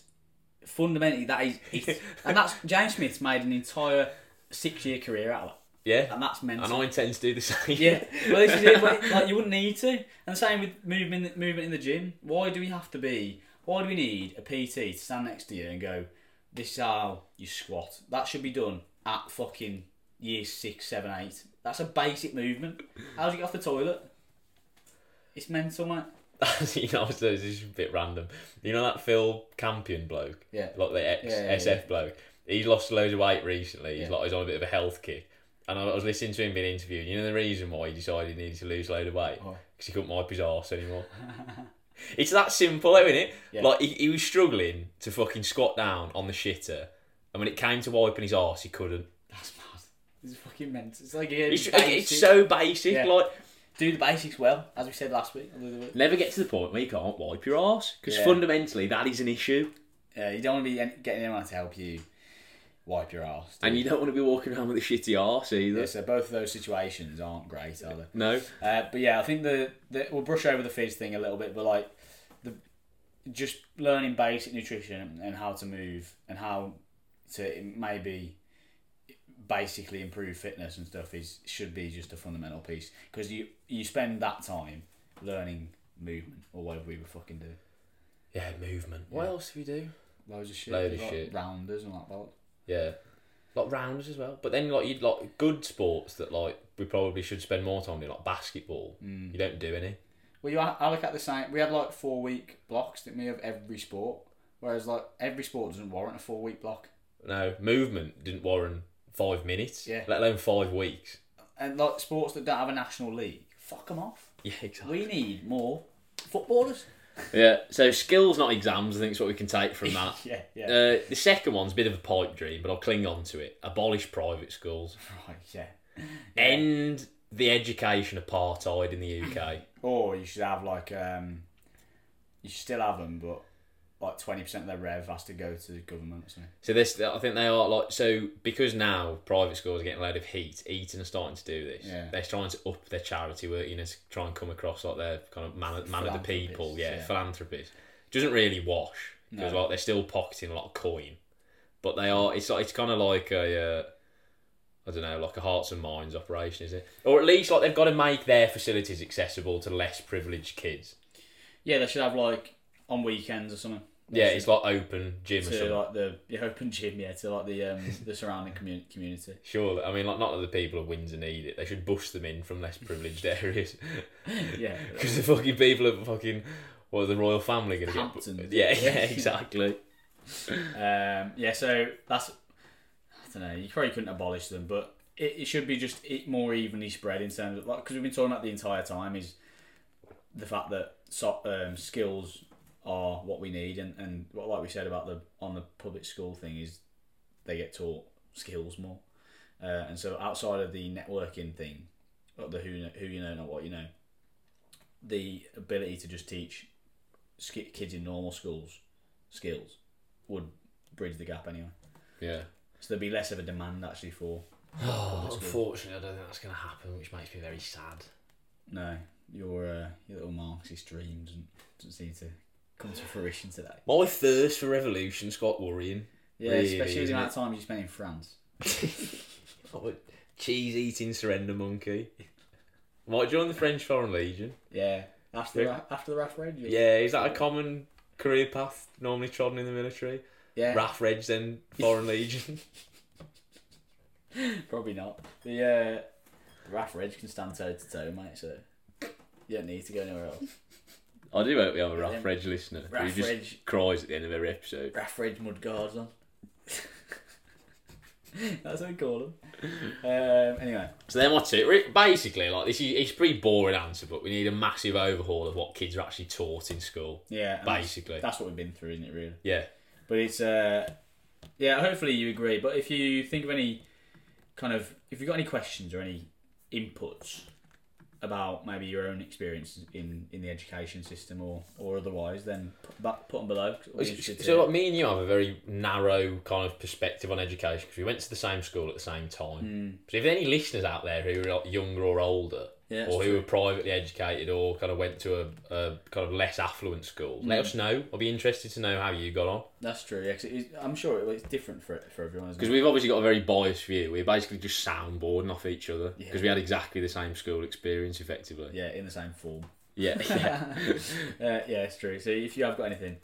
S1: fundamentally that is it. and that's James Smith's made an entire six year career out of that
S2: Yeah,
S1: and that's mental
S2: and I intend to do the same.
S1: yeah well this is it like like, you wouldn't need to and the same with movement movement in the gym why do we have to be why do we need a PT to stand next to you and go this is how you squat that should be done at fucking year six seven eight that's a basic movement how do you get off the toilet it's mental mate
S2: you know, so this is a bit random. You know that Phil Campion bloke,
S1: Yeah.
S2: like the ex
S1: Yeah, yeah,
S2: SF bloke. He's lost loads of weight recently. He's like he's on a bit of a health kick. And I was listening to him being interviewed. You know the reason why he decided he needed to lose a load of weight because
S1: Why?
S2: he couldn't wipe his arse anymore. it's that simple, though, isn't it? Like he, he was struggling to fucking squat down on the shitter, and when it came to wiping his arse, he couldn't.
S1: that's mad it's fucking mental it's like again,
S2: It's,
S1: basic.
S2: it's so basic.
S1: Yeah.
S2: Like
S1: do the basics well as we said last week or the other week.
S2: never get to the point where you can't wipe your arse because
S1: Yeah.
S2: fundamentally that is an issue.
S1: Yeah, you don't want to be any- getting anyone to help you wipe your ass.
S2: And you don't want to be walking around with a shitty arse either.
S1: Yeah, so both of those situations aren't great, are they?
S2: No.
S1: Uh, but yeah, I think the, the we'll brush over the fizz thing a little bit, but like the just learning basic nutrition and how to move and how to maybe basically improve fitness and stuff is should be just a fundamental piece because you you spend that time learning movement or whatever we were fucking do.
S2: Yeah, movement. What else do we do?
S1: Loads of shit.
S2: Load of
S1: like
S2: shit.
S1: Rounders and like that.
S2: Yeah. Like rounders as well. But then like you'd like good sports that like we probably should spend more time in, like basketball. You don't do any.
S1: Well, you a- allocate the same. We had like four week blocks, didn't we, of every sport? Whereas like every sport doesn't warrant a four week block.
S2: No. Movement didn't warrant five minutes.
S1: Yeah.
S2: Let alone five weeks.
S1: And like sports that don't have a national league, fuck them off.
S2: Yeah, exactly.
S1: We need more footballers.
S2: Yeah. So skills, not exams. I think is what we can take from that.
S3: Yeah, yeah.
S2: Uh, the second one's a bit of a pipe dream, but I'll cling on to it. Abolish private schools.
S3: Right, yeah.
S2: End the education apartheid in the UK.
S1: Or you should have like um, you should still have them, but like twenty percent of their rev has to go to the government or something.
S2: So this, I think they are like so because now private schools are getting a load of heat. Eton are starting to do this.
S1: Yeah.
S2: They're trying to up their charity work, you know, to try and come across like they're kind of man, man of the people,
S1: Philanthropists,
S2: yeah,
S1: yeah.
S2: philanthropists. Doesn't really wash because like they're still pocketing a lot of coin, but
S1: Mm.
S2: they are. It's like it's kind of like a. Uh, I don't know, like a hearts and minds operation, is it? Or at least like they've got to make their facilities accessible to less privileged kids.
S1: Yeah, they should have like on weekends or something.
S2: Yeah, it's like open gym or
S1: to
S2: something.
S1: like the yeah, open gym, yeah, to like the um, the surrounding commu- community.
S2: Surely, I mean, like not that the people of Windsor need it. They should bush them in from less privileged areas
S1: Yeah,
S2: because the fucking people of fucking what are the royal family going to get?
S1: Hamptons.
S2: bu- Yeah, yeah, exactly.
S1: um, yeah. So that's I don't know. You probably couldn't abolish them, but it, it should be just it more evenly spread in terms of like because we've been talking about the entire time is the fact that so, um, skills are what we need, and and what like we said about the on the public school thing is they get taught skills more, uh, and so outside of the networking thing, of the who kn- who you know not what you know, the ability to just teach sk- kids in normal schools skills would bridge the gap anyway.
S2: yeah.
S1: So there'd be less of a demand actually for.
S2: unfortunately, I don't think that's going to happen, which makes me very sad.
S1: No, your uh, your little Marxist dream doesn't, doesn't seem to come to fruition today.
S2: My thirst for revolution's quite worrying.
S1: Yeah,
S2: Really,
S1: especially the
S2: isn't
S1: amount of time you spend in France.
S2: I'm a Oh, cheese-eating surrender monkey. Might join the French Foreign Legion.
S1: Yeah, after the, ra- after the referendum.
S2: Yeah, is that a common career path normally trodden in the military?
S1: yeah,
S2: RAF Reg, then Foreign Legion.
S1: probably not. The uh, the Raff Ridge can stand toe to toe, mate. So you don't need to go anywhere else.
S2: I do hope we have a
S1: Yeah.
S2: Raff Reg listener who
S1: Raff
S2: just
S1: Reg.
S2: cries at the end of every episode.
S1: Raff Ridge mud guards on. That's what we call them. Um, anyway,
S2: So then what's it? Re- Basically, like this is it's a pretty boring answer, but we need a massive overhaul of what kids are actually taught in school.
S1: yeah, and that's,
S2: Basically,
S1: that's what we've been through, isn't it? Really.
S2: yeah.
S1: But it's uh, yeah. Hopefully you agree. But if you think of any kind of if you've got any questions or any inputs about maybe your own experiences in, in the education system or, or otherwise, then put, that, put them below. 'cause we'll be interested to-
S2: So like me and you have a very narrow kind of perspective on education because we went to the same school at the same
S1: Hmm.
S2: time. So if there are any listeners out there who are like younger or older,
S1: Yeah, that's
S2: or who were privately educated or kind of went to a, a kind of less affluent school,
S1: Hmm.
S2: let us know. I'll be interested to know how you got on.
S1: that's true. Yeah, 'cause it is- I'm sure it, it's different for for everyone. Isn't it?
S2: Because we've obviously got a very biased view. We're basically just soundboarding off each other because we had exactly the same school experience, effectively.
S1: Yeah, in the same form.
S2: Yeah, yeah.
S1: Uh, yeah, it's true. So if you have got anything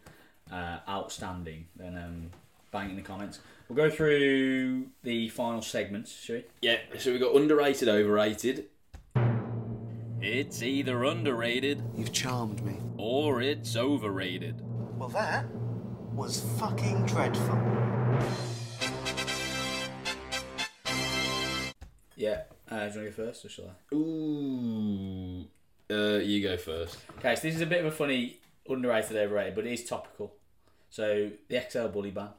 S1: uh, outstanding, then um, bang it in the comments. We'll go through the final segments, shall we?
S2: yeah. So we got underrated, overrated. It's either underrated
S5: You've charmed me.
S2: or it's overrated.
S5: Well, that was fucking dreadful.
S1: Yeah. Uh, do you want to go first or shall I?
S2: Ooh. Uh, you go first.
S1: Okay, so this is a bit of a funny underrated overrated, but it is topical. So the XL bully ban.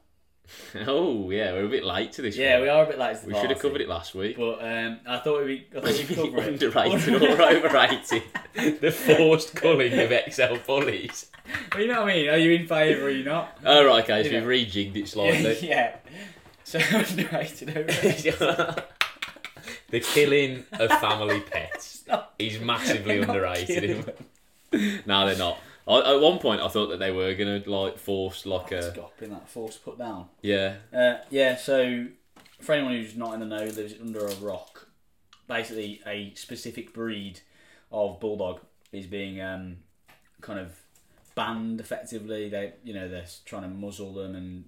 S2: Oh yeah, we're a bit late to this.
S1: Yeah,
S2: one.
S1: we are a bit late. To the
S2: We Oh, should have
S1: party,
S2: covered it last week.
S1: But um, I thought we, I thought we'd cover it.
S2: underrated or overrated? the forced culling of XL bullies.
S1: But you know what I mean? Are you in favour? Are you not?
S2: Oh right, okay, so
S1: Yeah.
S2: we've rejigged it slightly.
S1: yeah. So underrated overrated.
S2: the killing of family pets is massively
S1: killing
S2: underrated. no, they're not. I, at one point, I thought that they were gonna like force like a
S1: Stop in that force put down.
S2: yeah.
S1: Uh, yeah. So for anyone who's not in the know, lives under a rock. Basically, a specific breed of bulldog is being um, kind of banned effectively. They, you know, they're trying to muzzle them and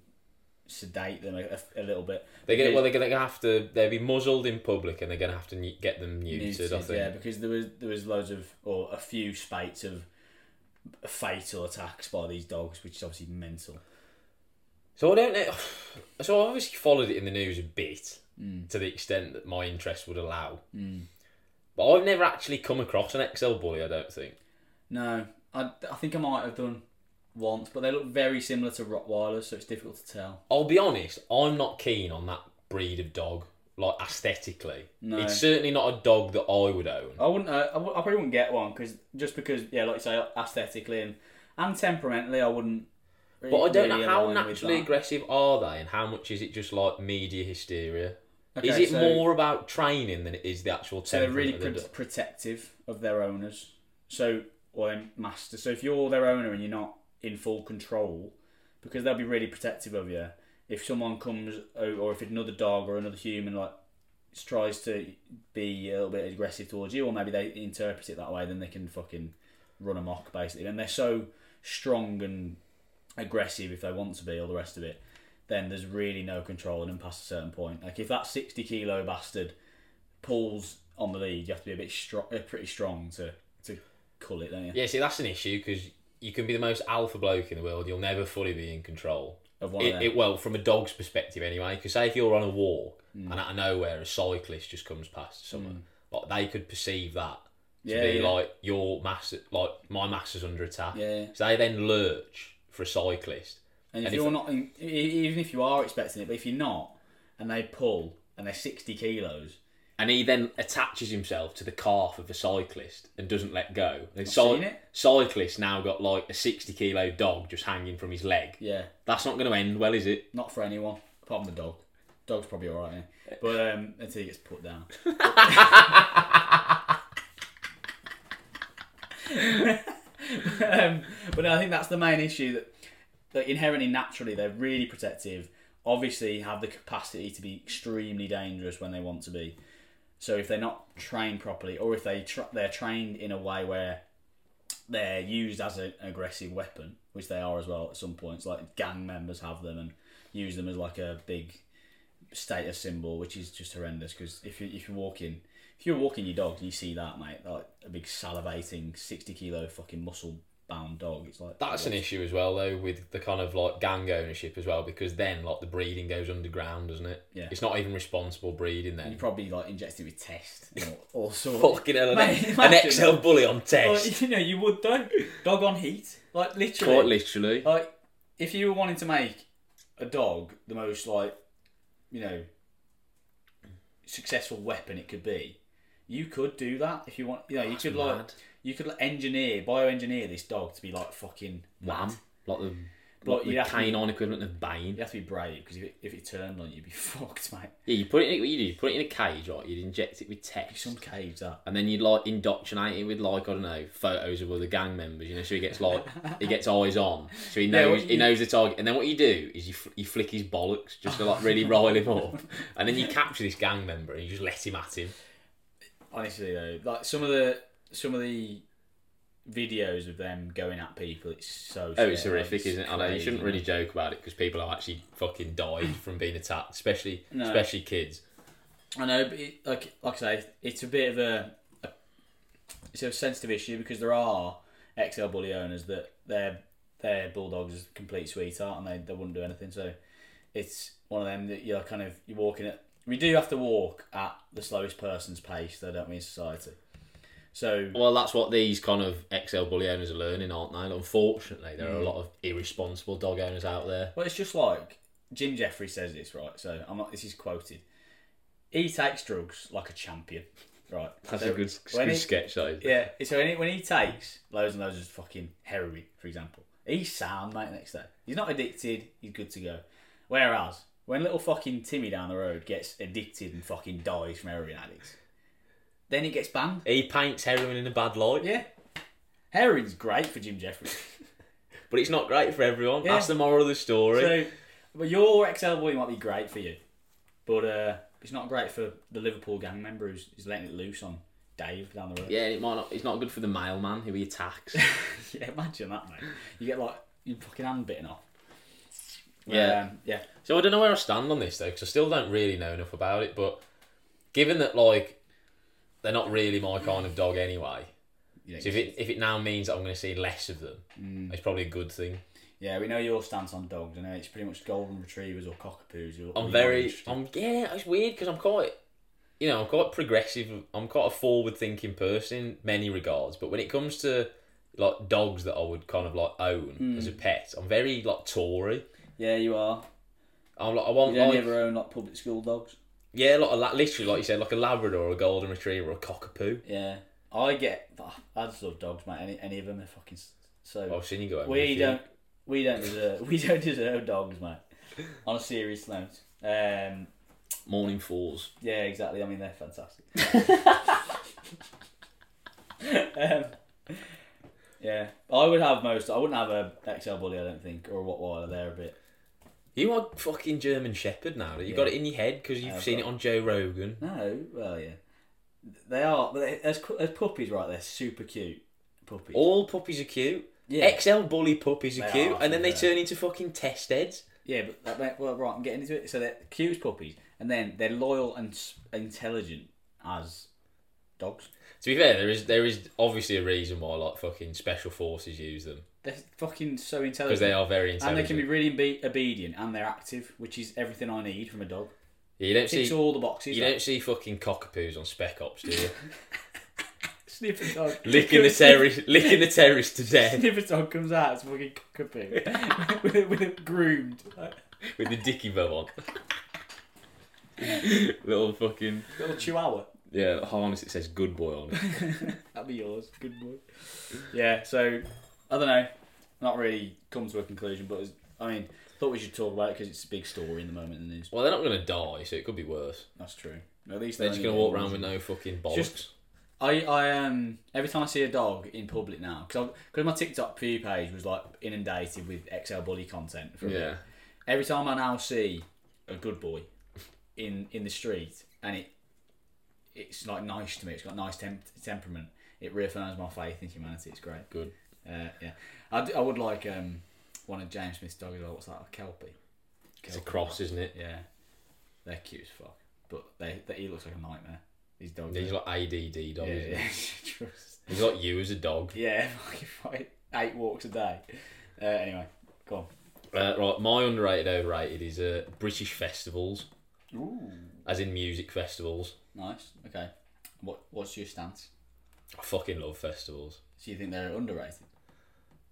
S1: sedate them a, a little bit.
S2: They're gonna
S1: Because-
S2: well, they're gonna have to they'll be muzzled in public, and they're gonna have to nu- get them neutered.
S1: Muted,
S2: I think.
S1: yeah, because there was there was loads of or a few spates of fatal attacks by these dogs, which is obviously mental.
S2: So I don't know. So I obviously followed it in the news a bit to the extent that my interest would allow. But I've never actually come across an XL bully. I don't think.
S1: No, I, I think I might have done once, but they look very similar to Rottweilers, so it's difficult to tell.
S2: I'll be honest, I'm not keen on that breed of dog, like aesthetically.
S1: No.
S2: It's certainly not a dog that I would own.
S1: I wouldn't. Uh, I, w- I probably wouldn't get one because just because yeah, like you say, aesthetically and and temperamentally, I wouldn't. re-
S2: But I don't
S1: really
S2: know how
S1: align with
S2: naturally
S1: that.
S2: aggressive are they, and how much is it just like media hysteria? is
S1: Okay,
S2: it
S1: so-
S2: more about training than it is the actual?
S1: So they're really
S2: temperament of
S1: pr- protective of their owners. So or their master. So if you're their owner and you're not in full control, because they'll be really protective of you. If someone comes o- or if another dog or another human like s- tries to be a little bit aggressive towards you, or maybe they interpret it that way, then they can fucking run amok basically. And they're so strong and aggressive if they want to be, all the rest of it. Then there's really no controlling them past a certain point. Like if that sixty kilo bastard pulls on the lead, you have to be a bit strong, pretty strong to to cull it, don't you?
S2: Yeah, see, that's an issue because you can be the most alpha bloke in the world, you'll never fully be in control.
S1: Of one of
S2: It,
S1: them.
S2: it, well, from a dog's perspective, anyway, because say if you're on a walk
S1: Hmm.
S2: and out of nowhere a cyclist just comes past someone, like they could perceive that to
S1: Yeah,
S2: be
S1: yeah.
S2: like your master, like my master's under attack.
S1: Yeah.
S2: So they then lurch for a cyclist.
S1: and if
S2: and if-
S1: you're not, in, e- even if you are expecting it, but if you're not, and they pull and they're sixty kilos,
S2: and he then attaches himself to the calf of a cyclist and doesn't let go. And
S1: seen it.
S2: cyclist now got like a sixty kilo dog just hanging from his leg.
S1: yeah,
S2: That's not going to end well, is it?
S1: not for anyone apart from the dog. Dog's probably all right, yeah. but um, until he gets put down. um, but no, I think that's the main issue that, that inherently naturally they're really protective. Obviously, have the capacity to be extremely dangerous when they want to be. So if they're not trained properly, or if they tra- they're trained in a way where they're used as an aggressive weapon, which they are as well at some points, like gang members have them and use them as like a big status symbol, which is just horrendous. Because if you if you're walking, if you're walking your dog and you see that, mate, like a big salivating sixty kilo fucking muscle bound dog, it's like
S2: That's an issue as well, though, with the kind of like gang ownership as well, because then like the breeding goes underground, doesn't it?
S1: Yeah.
S2: It's not even responsible breeding
S1: You
S2: then.
S1: probably like injected with test or, or sort.
S2: Fucking hell, an,
S1: Mate,
S2: ex- an
S1: imagine
S2: XL
S1: that.
S2: bully on test.
S1: Like, you know, you would though. Dog on heat, like literally.
S2: Quite literally.
S1: Like, if you were wanting to make a dog the most like, you know, successful weapon it could be, you could do that if you want. You know, you could like,
S2: mad.
S1: you could like, engineer, bioengineer this dog to be like fucking mad.
S2: Wham. Like the,
S1: But
S2: like the
S1: you'd have to-
S2: canine equivalent of Bane.
S1: You have to be brave because if it, if it turned on you, you'd be fucked, mate.
S2: Yeah, you put it. In, what you do? You put it in a cage, right? You'd inject it with text,
S1: Some cage that.
S2: and then you'd like indoctrinate it with like I don't know photos of other gang members. You know, so he gets like he gets eyes on, so he
S1: Yeah, what
S2: knows he
S1: you-
S2: knows the target. And then what you do is you fl- you flick his bollocks just to like really rile him up, and then you capture this gang member and you just let him at him.
S1: Honestly though, like some of the some of the videos of them going at people, it's so.
S2: Oh, it's
S1: scary,
S2: horrific,
S1: it's
S2: isn't it? I know you
S1: crazy,
S2: shouldn't really
S1: man.
S2: joke about it because people have actually fucking died from being attacked, especially
S1: No.
S2: especially kids.
S1: I know, but it, like like I say, it's a bit of a, a it's a sensitive issue because there are XL bully owners that their their bulldogs are complete sweetheart and they, they wouldn't do anything. So it's one of them that you're kind of you're walking at. We do have to walk at the slowest person's pace, though, don't we, in society? So
S2: Well, that's what these kind of XL bully owners are learning, aren't they? Unfortunately, there are
S1: Mm.
S2: a lot of irresponsible dog owners out there.
S1: Well, it's just like Jim Jeffrey says this, right? So I'm not. This is quoted. He takes drugs like a champion, right?
S2: That's
S1: So
S2: a good,
S1: when
S2: good
S1: he-
S2: sketch, though.
S1: Yeah. So when he, when he takes loads and loads of fucking heroin, for example, he's sound, mate. Next day, he's not addicted. He's good to go. Whereas when little fucking Timmy down the road gets addicted and fucking dies from heroin addicts, then it gets banned.
S2: He paints heroin in a bad light,
S1: Yeah. Heroin's great for Jim Jeffries.
S2: but it's not great for everyone.
S1: Yeah.
S2: That's the moral of the story.
S1: So, but your XL boy might be great for you, but uh, it's not great for the Liverpool gang member who's, who's letting it loose on Dave down the road.
S2: yeah, and it might not. It's not good for the mailman who he attacks.
S1: Yeah, imagine that, mate. You get like your fucking hand bitten off.
S2: Yeah.
S1: Um, yeah.
S2: so I don't know where I stand on this though, because I still don't really know enough about it. But given that like they're not really my kind of dog anyway,
S1: You don't
S2: so if it if it now means that I'm going to see less of them,
S1: Mm.
S2: it's probably a good thing.
S1: Yeah, we know your stance on dogs. I know it's pretty much golden retrievers or cockapoos. Or,
S2: I'm
S1: or
S2: very,
S1: orange.
S2: I'm yeah. It's weird because I'm quite, you know, I'm quite progressive. I'm quite a forward-thinking person in many regards, but when it comes to like dogs that I would kind of like own
S3: Hmm.
S2: as a pet. I'm very like Tory.
S3: Yeah, you are.
S2: I'm like I want
S3: You don't
S2: like
S3: ever own like public school dogs.
S2: yeah, like a la- literally like you said, like a Labrador, or a Golden Retriever, or a Cockapoo.
S3: Yeah, I get. I just love dogs, mate. Any any of them are fucking s- so.
S2: I've seen you go. over a
S3: We
S2: few.
S3: don't. We don't deserve. We don't deserve dogs, mate. On a serious note. Um,
S2: morning fours.
S3: yeah, exactly. I mean, they're fantastic. um, yeah, I would have most. I wouldn't have a XL bully. I don't think, or a Rottweiler. They're a bit.
S2: You are fucking German Shepherd now. You got it in your head because you've
S3: I've
S2: seen
S3: got-
S2: it on Joe Rogan.
S3: No, well, yeah, they are. But they, as, cu- as puppies, right? They're super cute puppies.
S2: All puppies are cute.
S3: yeah,
S2: XL bully puppies are
S3: They
S2: cute,
S3: are,
S2: and then they
S3: yeah.
S2: turn into fucking test heads.
S3: yeah. But that, that- well, right. I'm getting into it. So they're cute as puppies, and then they're loyal and s- intelligent as dogs.
S2: To be fair, there is there is obviously a reason why like fucking special forces use them
S1: They're fucking so
S2: because
S1: intelligent.
S2: they are very
S1: and they
S2: intelligent.
S1: can be really obe- obedient and they're active, which is everything I need from a dog.
S2: Yeah, you don't
S1: Ticks
S2: see
S1: all the boxes.
S2: you
S1: like,
S2: don't see fucking cockapoos on Spec Ops, do you?
S1: sniff a dog.
S2: licking the terrorist, licking the terrorist to death
S1: Sniff a dog comes out, it's fucking cockapoo. with, a, with a groomed. like,
S2: with the dicky bow on. Little fucking
S1: little chihuahua.
S2: yeah harness. It says "Good Boy" on it.
S1: That'd be yours. Good boy. Yeah, so, I don't know. Not really come to a conclusion, but it's- I mean, thought we should talk about it because it's a big story in the moment in the news.
S2: Well, they're not going to die, so it could be worse.
S1: That's true. At least
S2: They're just
S1: only
S2: going to walk
S1: doing
S2: around with no fucking bollocks.
S1: Just- I, I um every time I see a dog in public now because because my TikTok view page was like inundated with XL bully content. From
S2: yeah,
S1: Every time I now see a good boy in in the street and it it's like nice to me. It's got nice temp- temperament. It reaffirms my faith in humanity. It's great.
S2: good.
S1: Uh, yeah, I, d- I would like um one of James Smith's dogs. as well. What's that? A kelpie.
S2: It's a cross, isn't it?
S1: Yeah, they're cute as fuck, but they, they he looks like a nightmare. These dogs.
S2: He's like ADD dog.
S1: yeah,
S2: isn't he?
S1: yeah. Trust.
S2: He's like you as a dog.
S1: Yeah, fucking fight. Eight walks a day. Uh, anyway, go
S2: Uh, right, my underrated, overrated is uh, British festivals,
S1: on. Ooh.
S2: as in music festivals.
S1: Nice. Okay. What What's your stance?
S2: I fucking love festivals.
S1: Do you think they're underrated?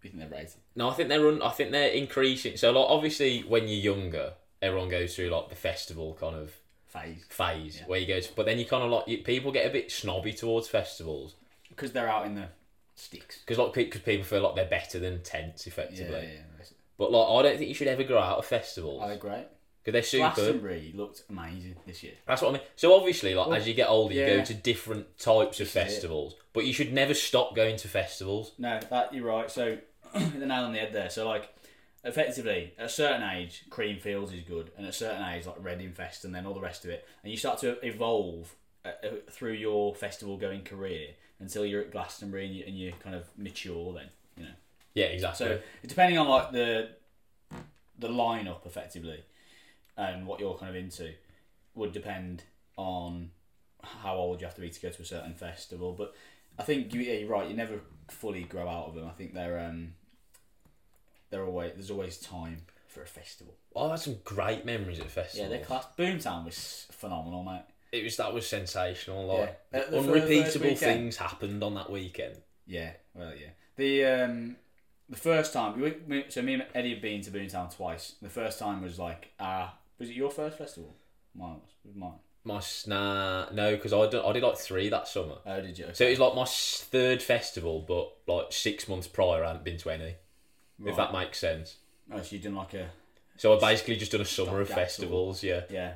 S1: Do you think they're rated?
S2: No, I think they're un- I think they're increasing. So like obviously when you're younger, everyone goes through like the festival kind of
S1: Phase.
S2: phase where you go to, but then you kind of like you, people get a bit snobby towards festivals
S1: Because they're out in the sticks.
S2: because like because people feel like they're better than tents
S1: Yeah,
S2: effectively.
S1: yeah, yeah. that's it.
S2: But like I don't think you should ever grow out of festivals
S1: Are they great?
S2: because they're super.
S1: Glastonbury looked amazing this year.
S2: That's what I mean. So obviously, like as you get older, you
S1: yeah.
S2: go to different types of festivals, but you should never stop going to festivals.
S1: No, that you're right. So the nail on the head there. So like, effectively, at a certain age, Creamfields is good, and at a certain age, like Reading Fest, and then all the rest of it, and you start to evolve uh, uh, through your festival going career until you're at Glastonbury and you and you're kind of mature. Then you know.
S2: Yeah, exactly.
S1: So depending on like the the lineup effectively and what you're kind of into would depend on how old you have to be to go to a certain festival. But I think you, yeah, you're right. You never fully grow out of them. I think they're um they're always there's always time for a festival.
S2: I had some great memories at festivals.
S1: class. Boomtown was phenomenal, mate.
S2: it was that was sensational. Like
S1: Yeah. At the fir- first
S2: unrepeatable
S1: weekend.
S2: things happened on that weekend.
S1: Yeah, well, yeah. The um, the first time, we, we, so me and Eddie had been to Boomtown twice. The first time was like, ah, was it your first festival? Mine was, it was mine.
S2: My s- nah, no, because I did, I did like three that summer.
S1: Oh, did you? Okay.
S2: So it was like my s- third festival, but like six months prior, I hadn't been to any. If that makes sense.
S1: oh, so you done like a
S2: So I basically just done a summer
S1: Stopgap
S2: of
S1: tour.
S2: festivals. Yeah,
S1: yeah.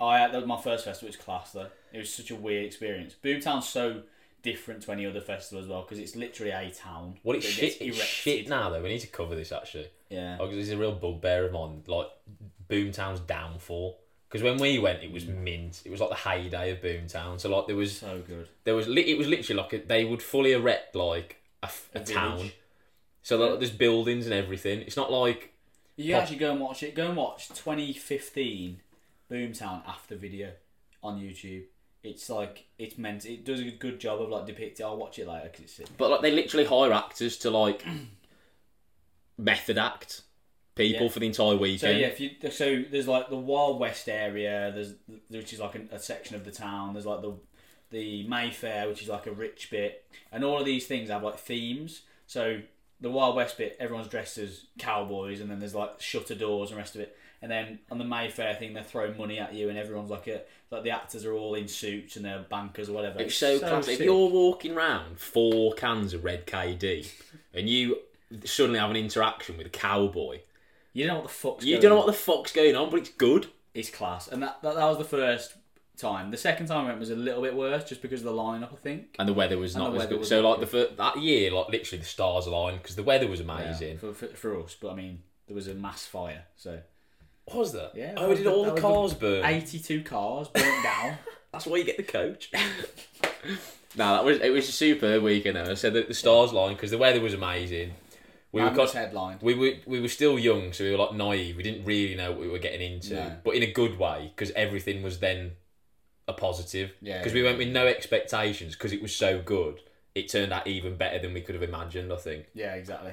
S1: I had- that was my first festival. It was class though. It was such a weird experience. Boomtown's so different to any other festival as well because it's literally a town.
S2: well, it's
S1: that
S2: shit.
S1: gets
S2: It's
S1: erected.
S2: shit Oh. now though. We need to cover this actually.
S1: Yeah.
S2: Like, this is a real bugbear of mine. Like Boomtown's downfall. Because when we went, it was
S1: Hmm.
S2: mint. It was like the heyday of Boomtown. So like there was
S1: So good.
S2: there was li- it was literally like a, they would fully erect like a, f- a town.
S1: village.
S2: So like, there's buildings and everything. It's not like
S1: You can actually go and watch it. Go and watch 2015 Boomtown after video on YouTube. It's like it's meant. It does a good job of like depicting. I'll watch it later because it's sick.
S2: but like they literally hire actors to like method act people
S1: Yeah.
S2: for the entire weekend.
S1: So yeah, if you so there's like the Wild West area, there's which is like a, a section of the town. There's like the the Mayfair, which is like a rich bit, and all of these things have like themes. So the Wild West bit, everyone's dressed as cowboys, and then there's like shutter doors and the rest of it. And then on the Mayfair thing, they're throwing money at you, and everyone's like, a, like the actors are all in suits and they're bankers or whatever.
S2: It's so, classic. If
S1: sick.
S2: you're walking round four cans of red KD and you suddenly have an interaction with a cowboy,
S1: you don't know what the fuck's
S2: you
S1: going
S2: don't know
S1: on.
S2: what the fuck's going on, but it's good.
S1: It's class, and that, that that was the first time. The second time I went was a little bit worse, just because of the lineup, I think.
S2: And the weather was
S1: And
S2: not
S1: the
S2: as
S1: weather
S2: good.
S1: was
S2: So
S1: not
S2: like the fir- that year, like literally the stars aligned because the weather was amazing.
S1: for, for for us, but I mean, there was a mass fire, so
S2: Was that?
S1: Yeah, that
S2: Oh,
S1: was
S2: did
S1: the-
S2: all
S1: that
S2: the
S1: was the-
S2: cars burn?
S1: eighty-two cars burnt down.
S2: That's why you get the coach. no, that was it was a superb weekend. Though. I said that the stars lined because the weather was amazing. We
S1: Man
S2: were
S1: was
S2: con-
S1: headlined.
S2: we were we were still young, so we were like naive. We didn't really know what we were getting into,
S1: No.
S2: but in a good way because everything was then a positive.
S1: Yeah,
S2: because we went with no expectations because it was so good. It turned out even better than we could have imagined. I think.
S1: Yeah, exactly.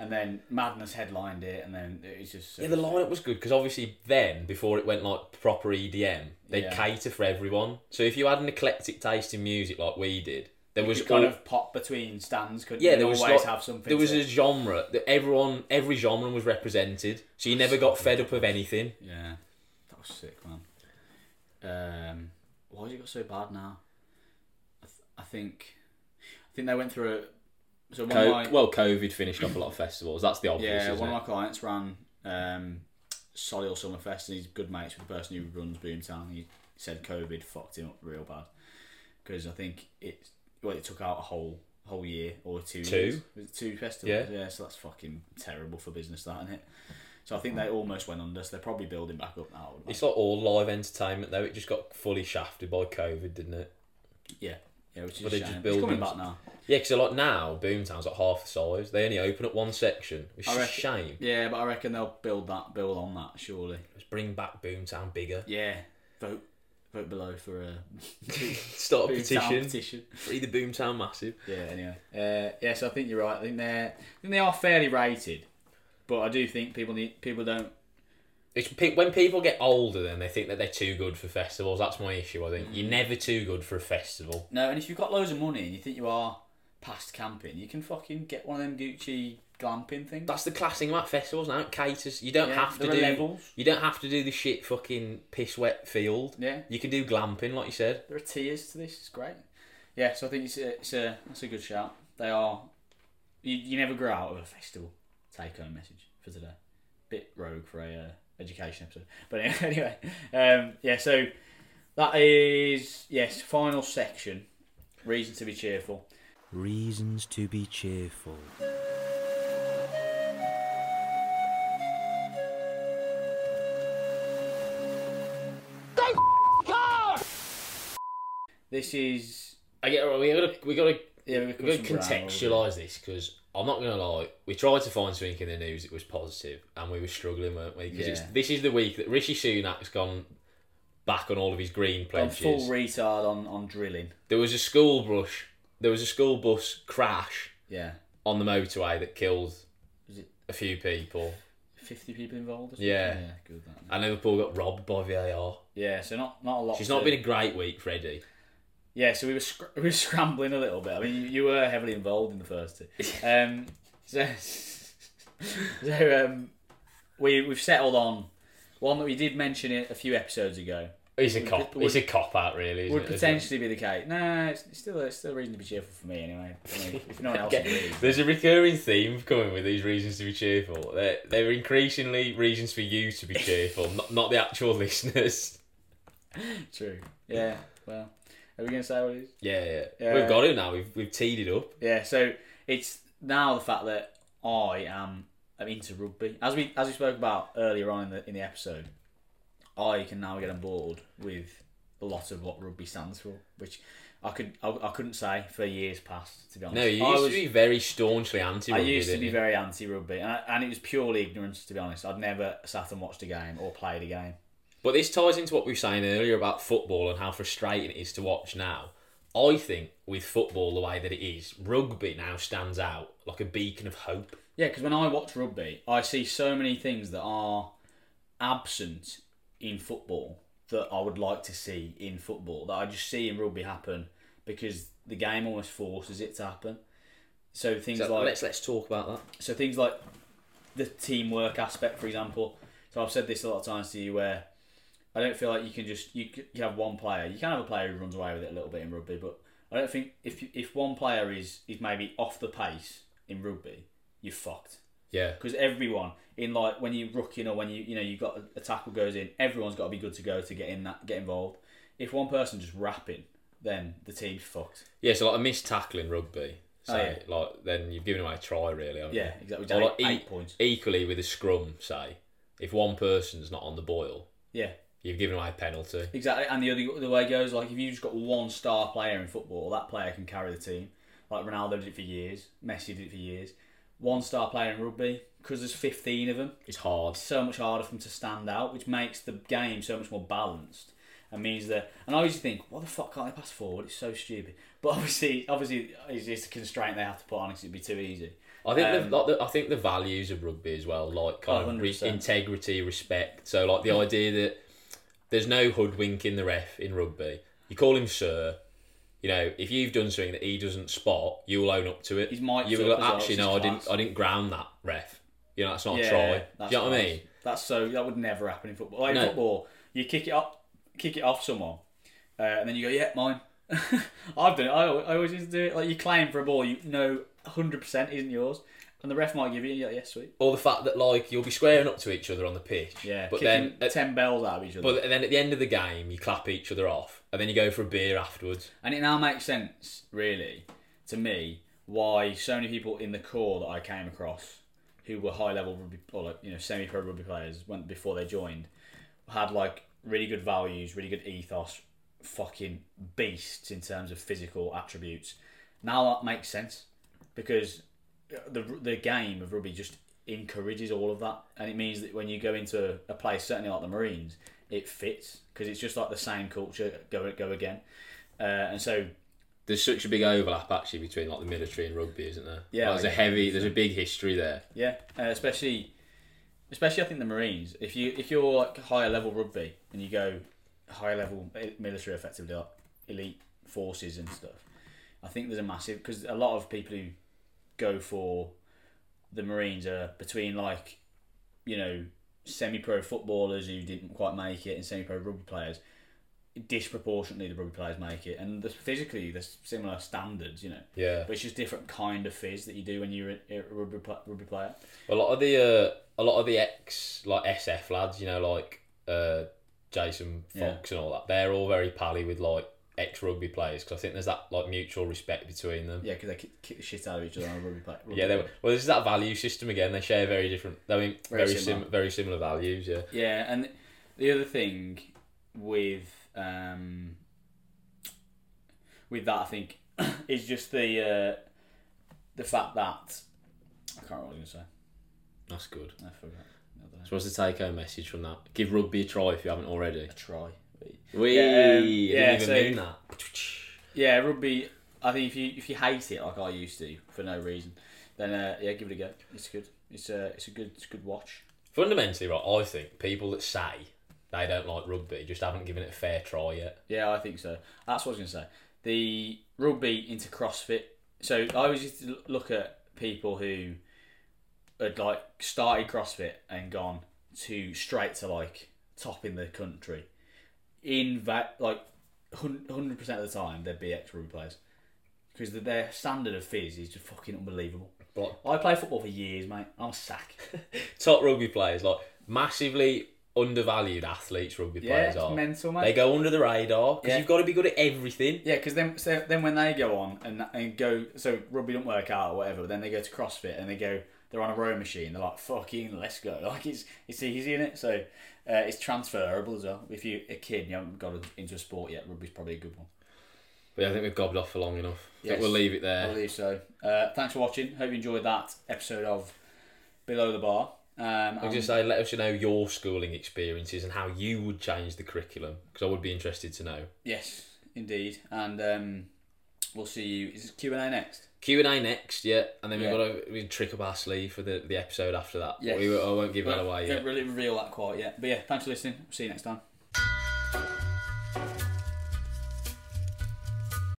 S1: And then Madness headlined it, and then it was just so
S2: Yeah, the lineup was good because obviously then before it went like proper E EDM, they
S1: Yeah.
S2: cater for everyone. So if you had an eclectic taste in music like we did, there was
S1: You kind
S2: all-
S1: of pop between stands. Couldn't
S2: yeah,
S1: you
S2: there was
S1: always
S2: like,
S1: have something.
S2: There was
S1: to-
S2: a genre that everyone, every genre was represented, so you never got fed up of anything.
S1: yeah, that was sick, man. Um, why has it got so bad now? I, th- I think, I think they went through a. So one
S2: Co-
S1: of my,
S2: well, COVID finished off a lot of festivals. That's the obvious.
S1: yeah,
S2: isn't
S1: one
S2: it?
S1: of my clients ran um, Solihull Summerfest, and he's good mates with the person who runs Boomtown. He said COVID fucked him up real bad because I think it well it took out a whole whole year or two
S2: Two?
S1: years. Was it two festivals.
S2: Yeah.
S1: yeah, so that's fucking terrible for business, that isn't it? So I think they almost went under. So they're probably building back up now. I would
S2: It's like all live entertainment though. It just got fully shafted by COVID, didn't it?
S1: imagine. yeah, yeah, which is
S2: But
S1: a
S2: they just
S1: shame. It's
S2: build
S1: coming
S2: them-
S1: back now.
S2: Yeah, because like now Boomtown's like half the size. They only open up one section, which is
S1: I
S2: a
S1: reckon-
S2: shame.
S1: Yeah, but I reckon they'll build that, build on that surely.
S2: Let's bring back Boomtown bigger.
S1: Yeah, vote vote below for a
S2: Start a
S1: Boomtown
S2: petition.
S1: petition.
S2: Free the Boomtown massive.
S1: Yeah. Anyway. Uh, yeah. So I think you're right. I think they're. I think they are fairly rated, but I do think people need people don't.
S2: It's pe- when people get older, then they think that they're too good for festivals. That's my issue. I think you're
S1: Mm.
S2: never too good for a festival.
S1: No, and if you've got loads of money and you think you are past camping, you can fucking get one of them Gucci glamping things.
S2: That's the class thing about festivals now. It caters. You don't
S1: Yeah,
S2: have to
S1: there are
S2: do.
S1: levels.
S2: You don't have to do the shit fucking piss wet field.
S1: Yeah.
S2: You can do glamping, like you said.
S1: There are tiers to this. It's great. Yeah. So I think it's a, it's a that's a good shout. They are. You, you never grow out of a festival. Take home message for today. Bit rogue for a uh, education episode, but anyway. Um, yeah. So that is yes. Final section. Reason to be cheerful.
S6: Reasons to be cheerful.
S1: This is
S2: I get. We gotta. We gotta.
S1: yeah, we've
S2: We gotta
S1: got some brown,
S2: contextualise this because I'm not gonna lie. We tried to find something in the news that was positive, and we were struggling, weren't we? Because
S1: Yeah.
S2: this is the week that Rishi Sunak's gone back on all of his green
S1: haven't we? Gone
S2: pledges.
S1: full retard on on drilling.
S2: There was a school brush. There was a school bus crash
S1: Yeah,
S2: on the motorway that killed
S1: Was it-
S2: a few people,
S1: fifty people involved. Or something?
S2: Yeah.
S1: yeah, good. That,
S2: and Liverpool got robbed by VAR.
S1: yeah, so not not a lot.
S2: She's
S1: to-
S2: not been a great week, Freddie.
S1: Yeah, so we were scr- we were scrambling a little bit. I mean, you, you were heavily involved in the first two. Um, so so um, we we've settled on one that we did mention it a few episodes ago.
S2: It's a cop.
S1: would-
S2: It's a cop out, really. Isn't
S1: Would
S2: it? Isn't it?
S1: potentially be the case. Nah, it's it's still it's still a reason to be cheerful for me anyway. I mean, if no one else
S2: Okay.
S1: agrees.
S2: There's a recurring theme coming with these reasons to be cheerful. They're, they're increasingly reasons for you to be cheerful, not, not the actual listeners.
S1: True. Yeah. Well, are we gonna say what it is?
S2: Yeah, yeah.
S1: Yeah.
S2: We've got it now. We've, we've teed it up.
S1: Yeah, so it's now the fact that I am am into rugby. As we as we spoke about earlier on in the in the episode, I can now get on board with a lot of what rugby stands for, which I could I, I couldn't say for years past. To be honest,
S2: No, you
S1: I
S2: used
S1: was-
S2: to be very staunchly anti
S1: I
S2: rugby.
S1: used to be very anti rugby, and, I- and it was purely ignorance. To be honest, I'd never sat and watched a game or played a game.
S2: But this ties into what we were saying earlier about football and how frustrating it is to watch now. I think with football the way that it is, rugby now stands out like a beacon of hope.
S1: Yeah, because when I watch rugby, I see so many things that are absent in football that I would like to see in football that I just see in rugby happen because the game almost forces it to happen. So things
S2: So
S1: like
S2: let's let's talk about that.
S1: so things like the teamwork aspect, for example. So I've said this a lot of times to you, where I don't feel like you can just you c- you have one player. You can have a player who runs away with it a little bit in rugby, but I don't think if you- if one player is is maybe off the pace in rugby, you're fucked
S2: Yeah,
S1: because everyone in like when you're rucking or when you you know you've got a tackle goes in, everyone's got to be good to go to get in that get involved. If one person just rapping, then the team's fucked.
S2: yeah. So like a missed tackle in rugby.
S1: Oh,
S2: Say, like then you've given away a try, really. haven't you?
S1: Yeah, exactly.
S2: Or
S1: Down
S2: like
S1: eight,
S2: e-
S1: points.
S2: Equally with a scrum, say if one person's not on the boil,
S1: Yeah,
S2: you've given away a penalty.
S1: exactly. And the other the way it goes, like if you just got one star player in football, that player can carry the team. Like Ronaldo did it for years, Messi did it for years. One star player in rugby because there's 15 of them.
S2: It's hard.
S1: it's so much harder for them to stand out, which makes the game so much more balanced. And means that, and I always think, what the fuck can't they pass forward? It's so stupid. But obviously, obviously, it's just a constraint they have to put on because it'd be too easy.
S2: I think
S1: Um,
S2: the, like the, I think the values of rugby as well, like kind of re-
S1: 100%.
S2: integrity, respect. So like
S1: Mm.
S2: the idea that there's no hoodwinking the ref in rugby. You call him sir. You know, if you've done something that he doesn't spot, you'll own up to it.
S1: He's mic'd
S2: You
S1: up
S2: will
S1: as well,
S2: actually
S1: which is
S2: no, I
S1: class.
S2: didn't. I didn't ground that ref. You know, that's not a
S1: Yeah,
S2: try.
S1: that's
S2: Do you know what I
S1: nice.
S2: mean?
S1: That's so that would never happen in football. Like in
S2: No.
S1: football, you kick it up, kick it off someone, uh, and then you go, "Yeah, mine." I've done it. I always, I always used to do it. Like you claim for a ball you know, hundred percent isn't yours, and the ref might give you, and you're like, "Yes, sweet."
S2: Or the fact that like you'll be squaring up to each other on the pitch.
S1: Yeah,
S2: But
S1: kicking
S2: then, at,
S1: ten bells out of each other.
S2: but then at the end of the game, you clap each other off, and then you go for a beer afterwards.
S1: And it now makes sense, really, to me, why so many people in the core that I came across who were high level rugby or like, you know, semi pro rugby players when before they joined had like really good values, really good ethos, fucking beasts in terms of physical attributes. Now that makes sense because the the game of rugby just encourages all of that, and it means that when you go into a place, certainly like the Marines, it fits because it's just like the same culture go go again. Uh, and so
S2: there's such a big overlap actually between like the military and rugby, isn't there?
S1: Yeah,
S2: Like,
S1: I
S2: there's a heavy, there's a big history there.
S1: yeah, uh, especially especially I think the Marines. If you if you're like higher level rugby and you go higher level mi- military, effectively like elite forces and stuff, I think there's a massive because a lot of people who go for the Marines are between like you know semi-pro footballers who didn't quite make it and semi-pro rugby players. Disproportionately, the rugby players make it, and the, physically, there's similar standards, you know.
S2: Yeah,
S1: But it's just different kind of fizz that you do when you're a, a rugby, pl- rugby player.
S2: a lot of the uh, a lot of the ex like SF lads, you know, like uh, Jason
S1: Yeah.
S2: Fox and all that. They're all very pally with like ex rugby players because I think there's that like mutual respect between them.
S1: Yeah, because they kick, kick the shit out of each other on a rugby play. Rugby
S2: Yeah, they were, well, this is that value system again. They share very different, I mean,
S1: Very
S2: very,
S1: similar.
S2: similar, very similar values. Yeah,
S1: Yeah, and the other thing with um, with that, I think, is just the uh, the fact that I can't remember what I was going
S2: that's good.
S1: to say. I forgot. I don't know.
S2: So what's the take-home message from that? Give rugby a try if you haven't already.
S1: A try.
S2: We
S1: Yeah, um, yeah,
S2: didn't even
S1: so-
S2: mean that.
S1: Yeah, rugby. I think if you if you hate it like I used to for no reason, then uh, yeah, give it a go. It's good. It's a it's a good it's a good watch.
S2: Fundamentally, right, I think people that say they don't like rugby just haven't given it a fair try yet.
S1: Yeah, I think so. That's what I was going to say. The rugby into CrossFit. So I always used to look at people who had like started CrossFit and gone to straight to like top in the country. In that, like hundred percent of the time, they'd be ex rugby players because their standard of fizz is just fucking unbelievable.
S2: But
S1: I played football for years, mate. I'm a sack.
S2: top rugby players, like massively undervalued athletes, rugby
S1: Yeah,
S2: players
S1: it's
S2: are.
S1: mental, mate.
S2: They go under the radar because
S1: Yeah.
S2: you've got to be good at everything.
S1: Yeah, because then so then when they go on and and go so rugby don't work out or whatever, but then they go to CrossFit and they go they're on a row machine. They're like fucking let's go. Like it's it's easy in it, so uh, it's transferable as well. If you are a kid and you haven't got into a sport yet, rugby's probably a good one.
S2: But yeah, I think we've gobbled off for long enough. I
S1: Yes.
S2: think we'll leave it
S1: I
S2: there.
S1: believe so. Uh, thanks for watching. Hope you enjoyed that episode of Below the Bar. Um,
S2: I'll
S1: and-
S2: just say, let us know your schooling experiences and how you would change the curriculum because I would be interested to know.
S1: yes, indeed, and um, we'll see you. Is Q and A next?
S2: Q and A next, yeah, and then
S1: Yeah.
S2: we've got to we trick up our sleeve for the, the episode after that.
S1: Yes.
S2: We, I won't give that
S1: Well,
S2: away
S1: Don't
S2: yet.
S1: really reveal that quite yet. But yeah, thanks for listening. See you next time.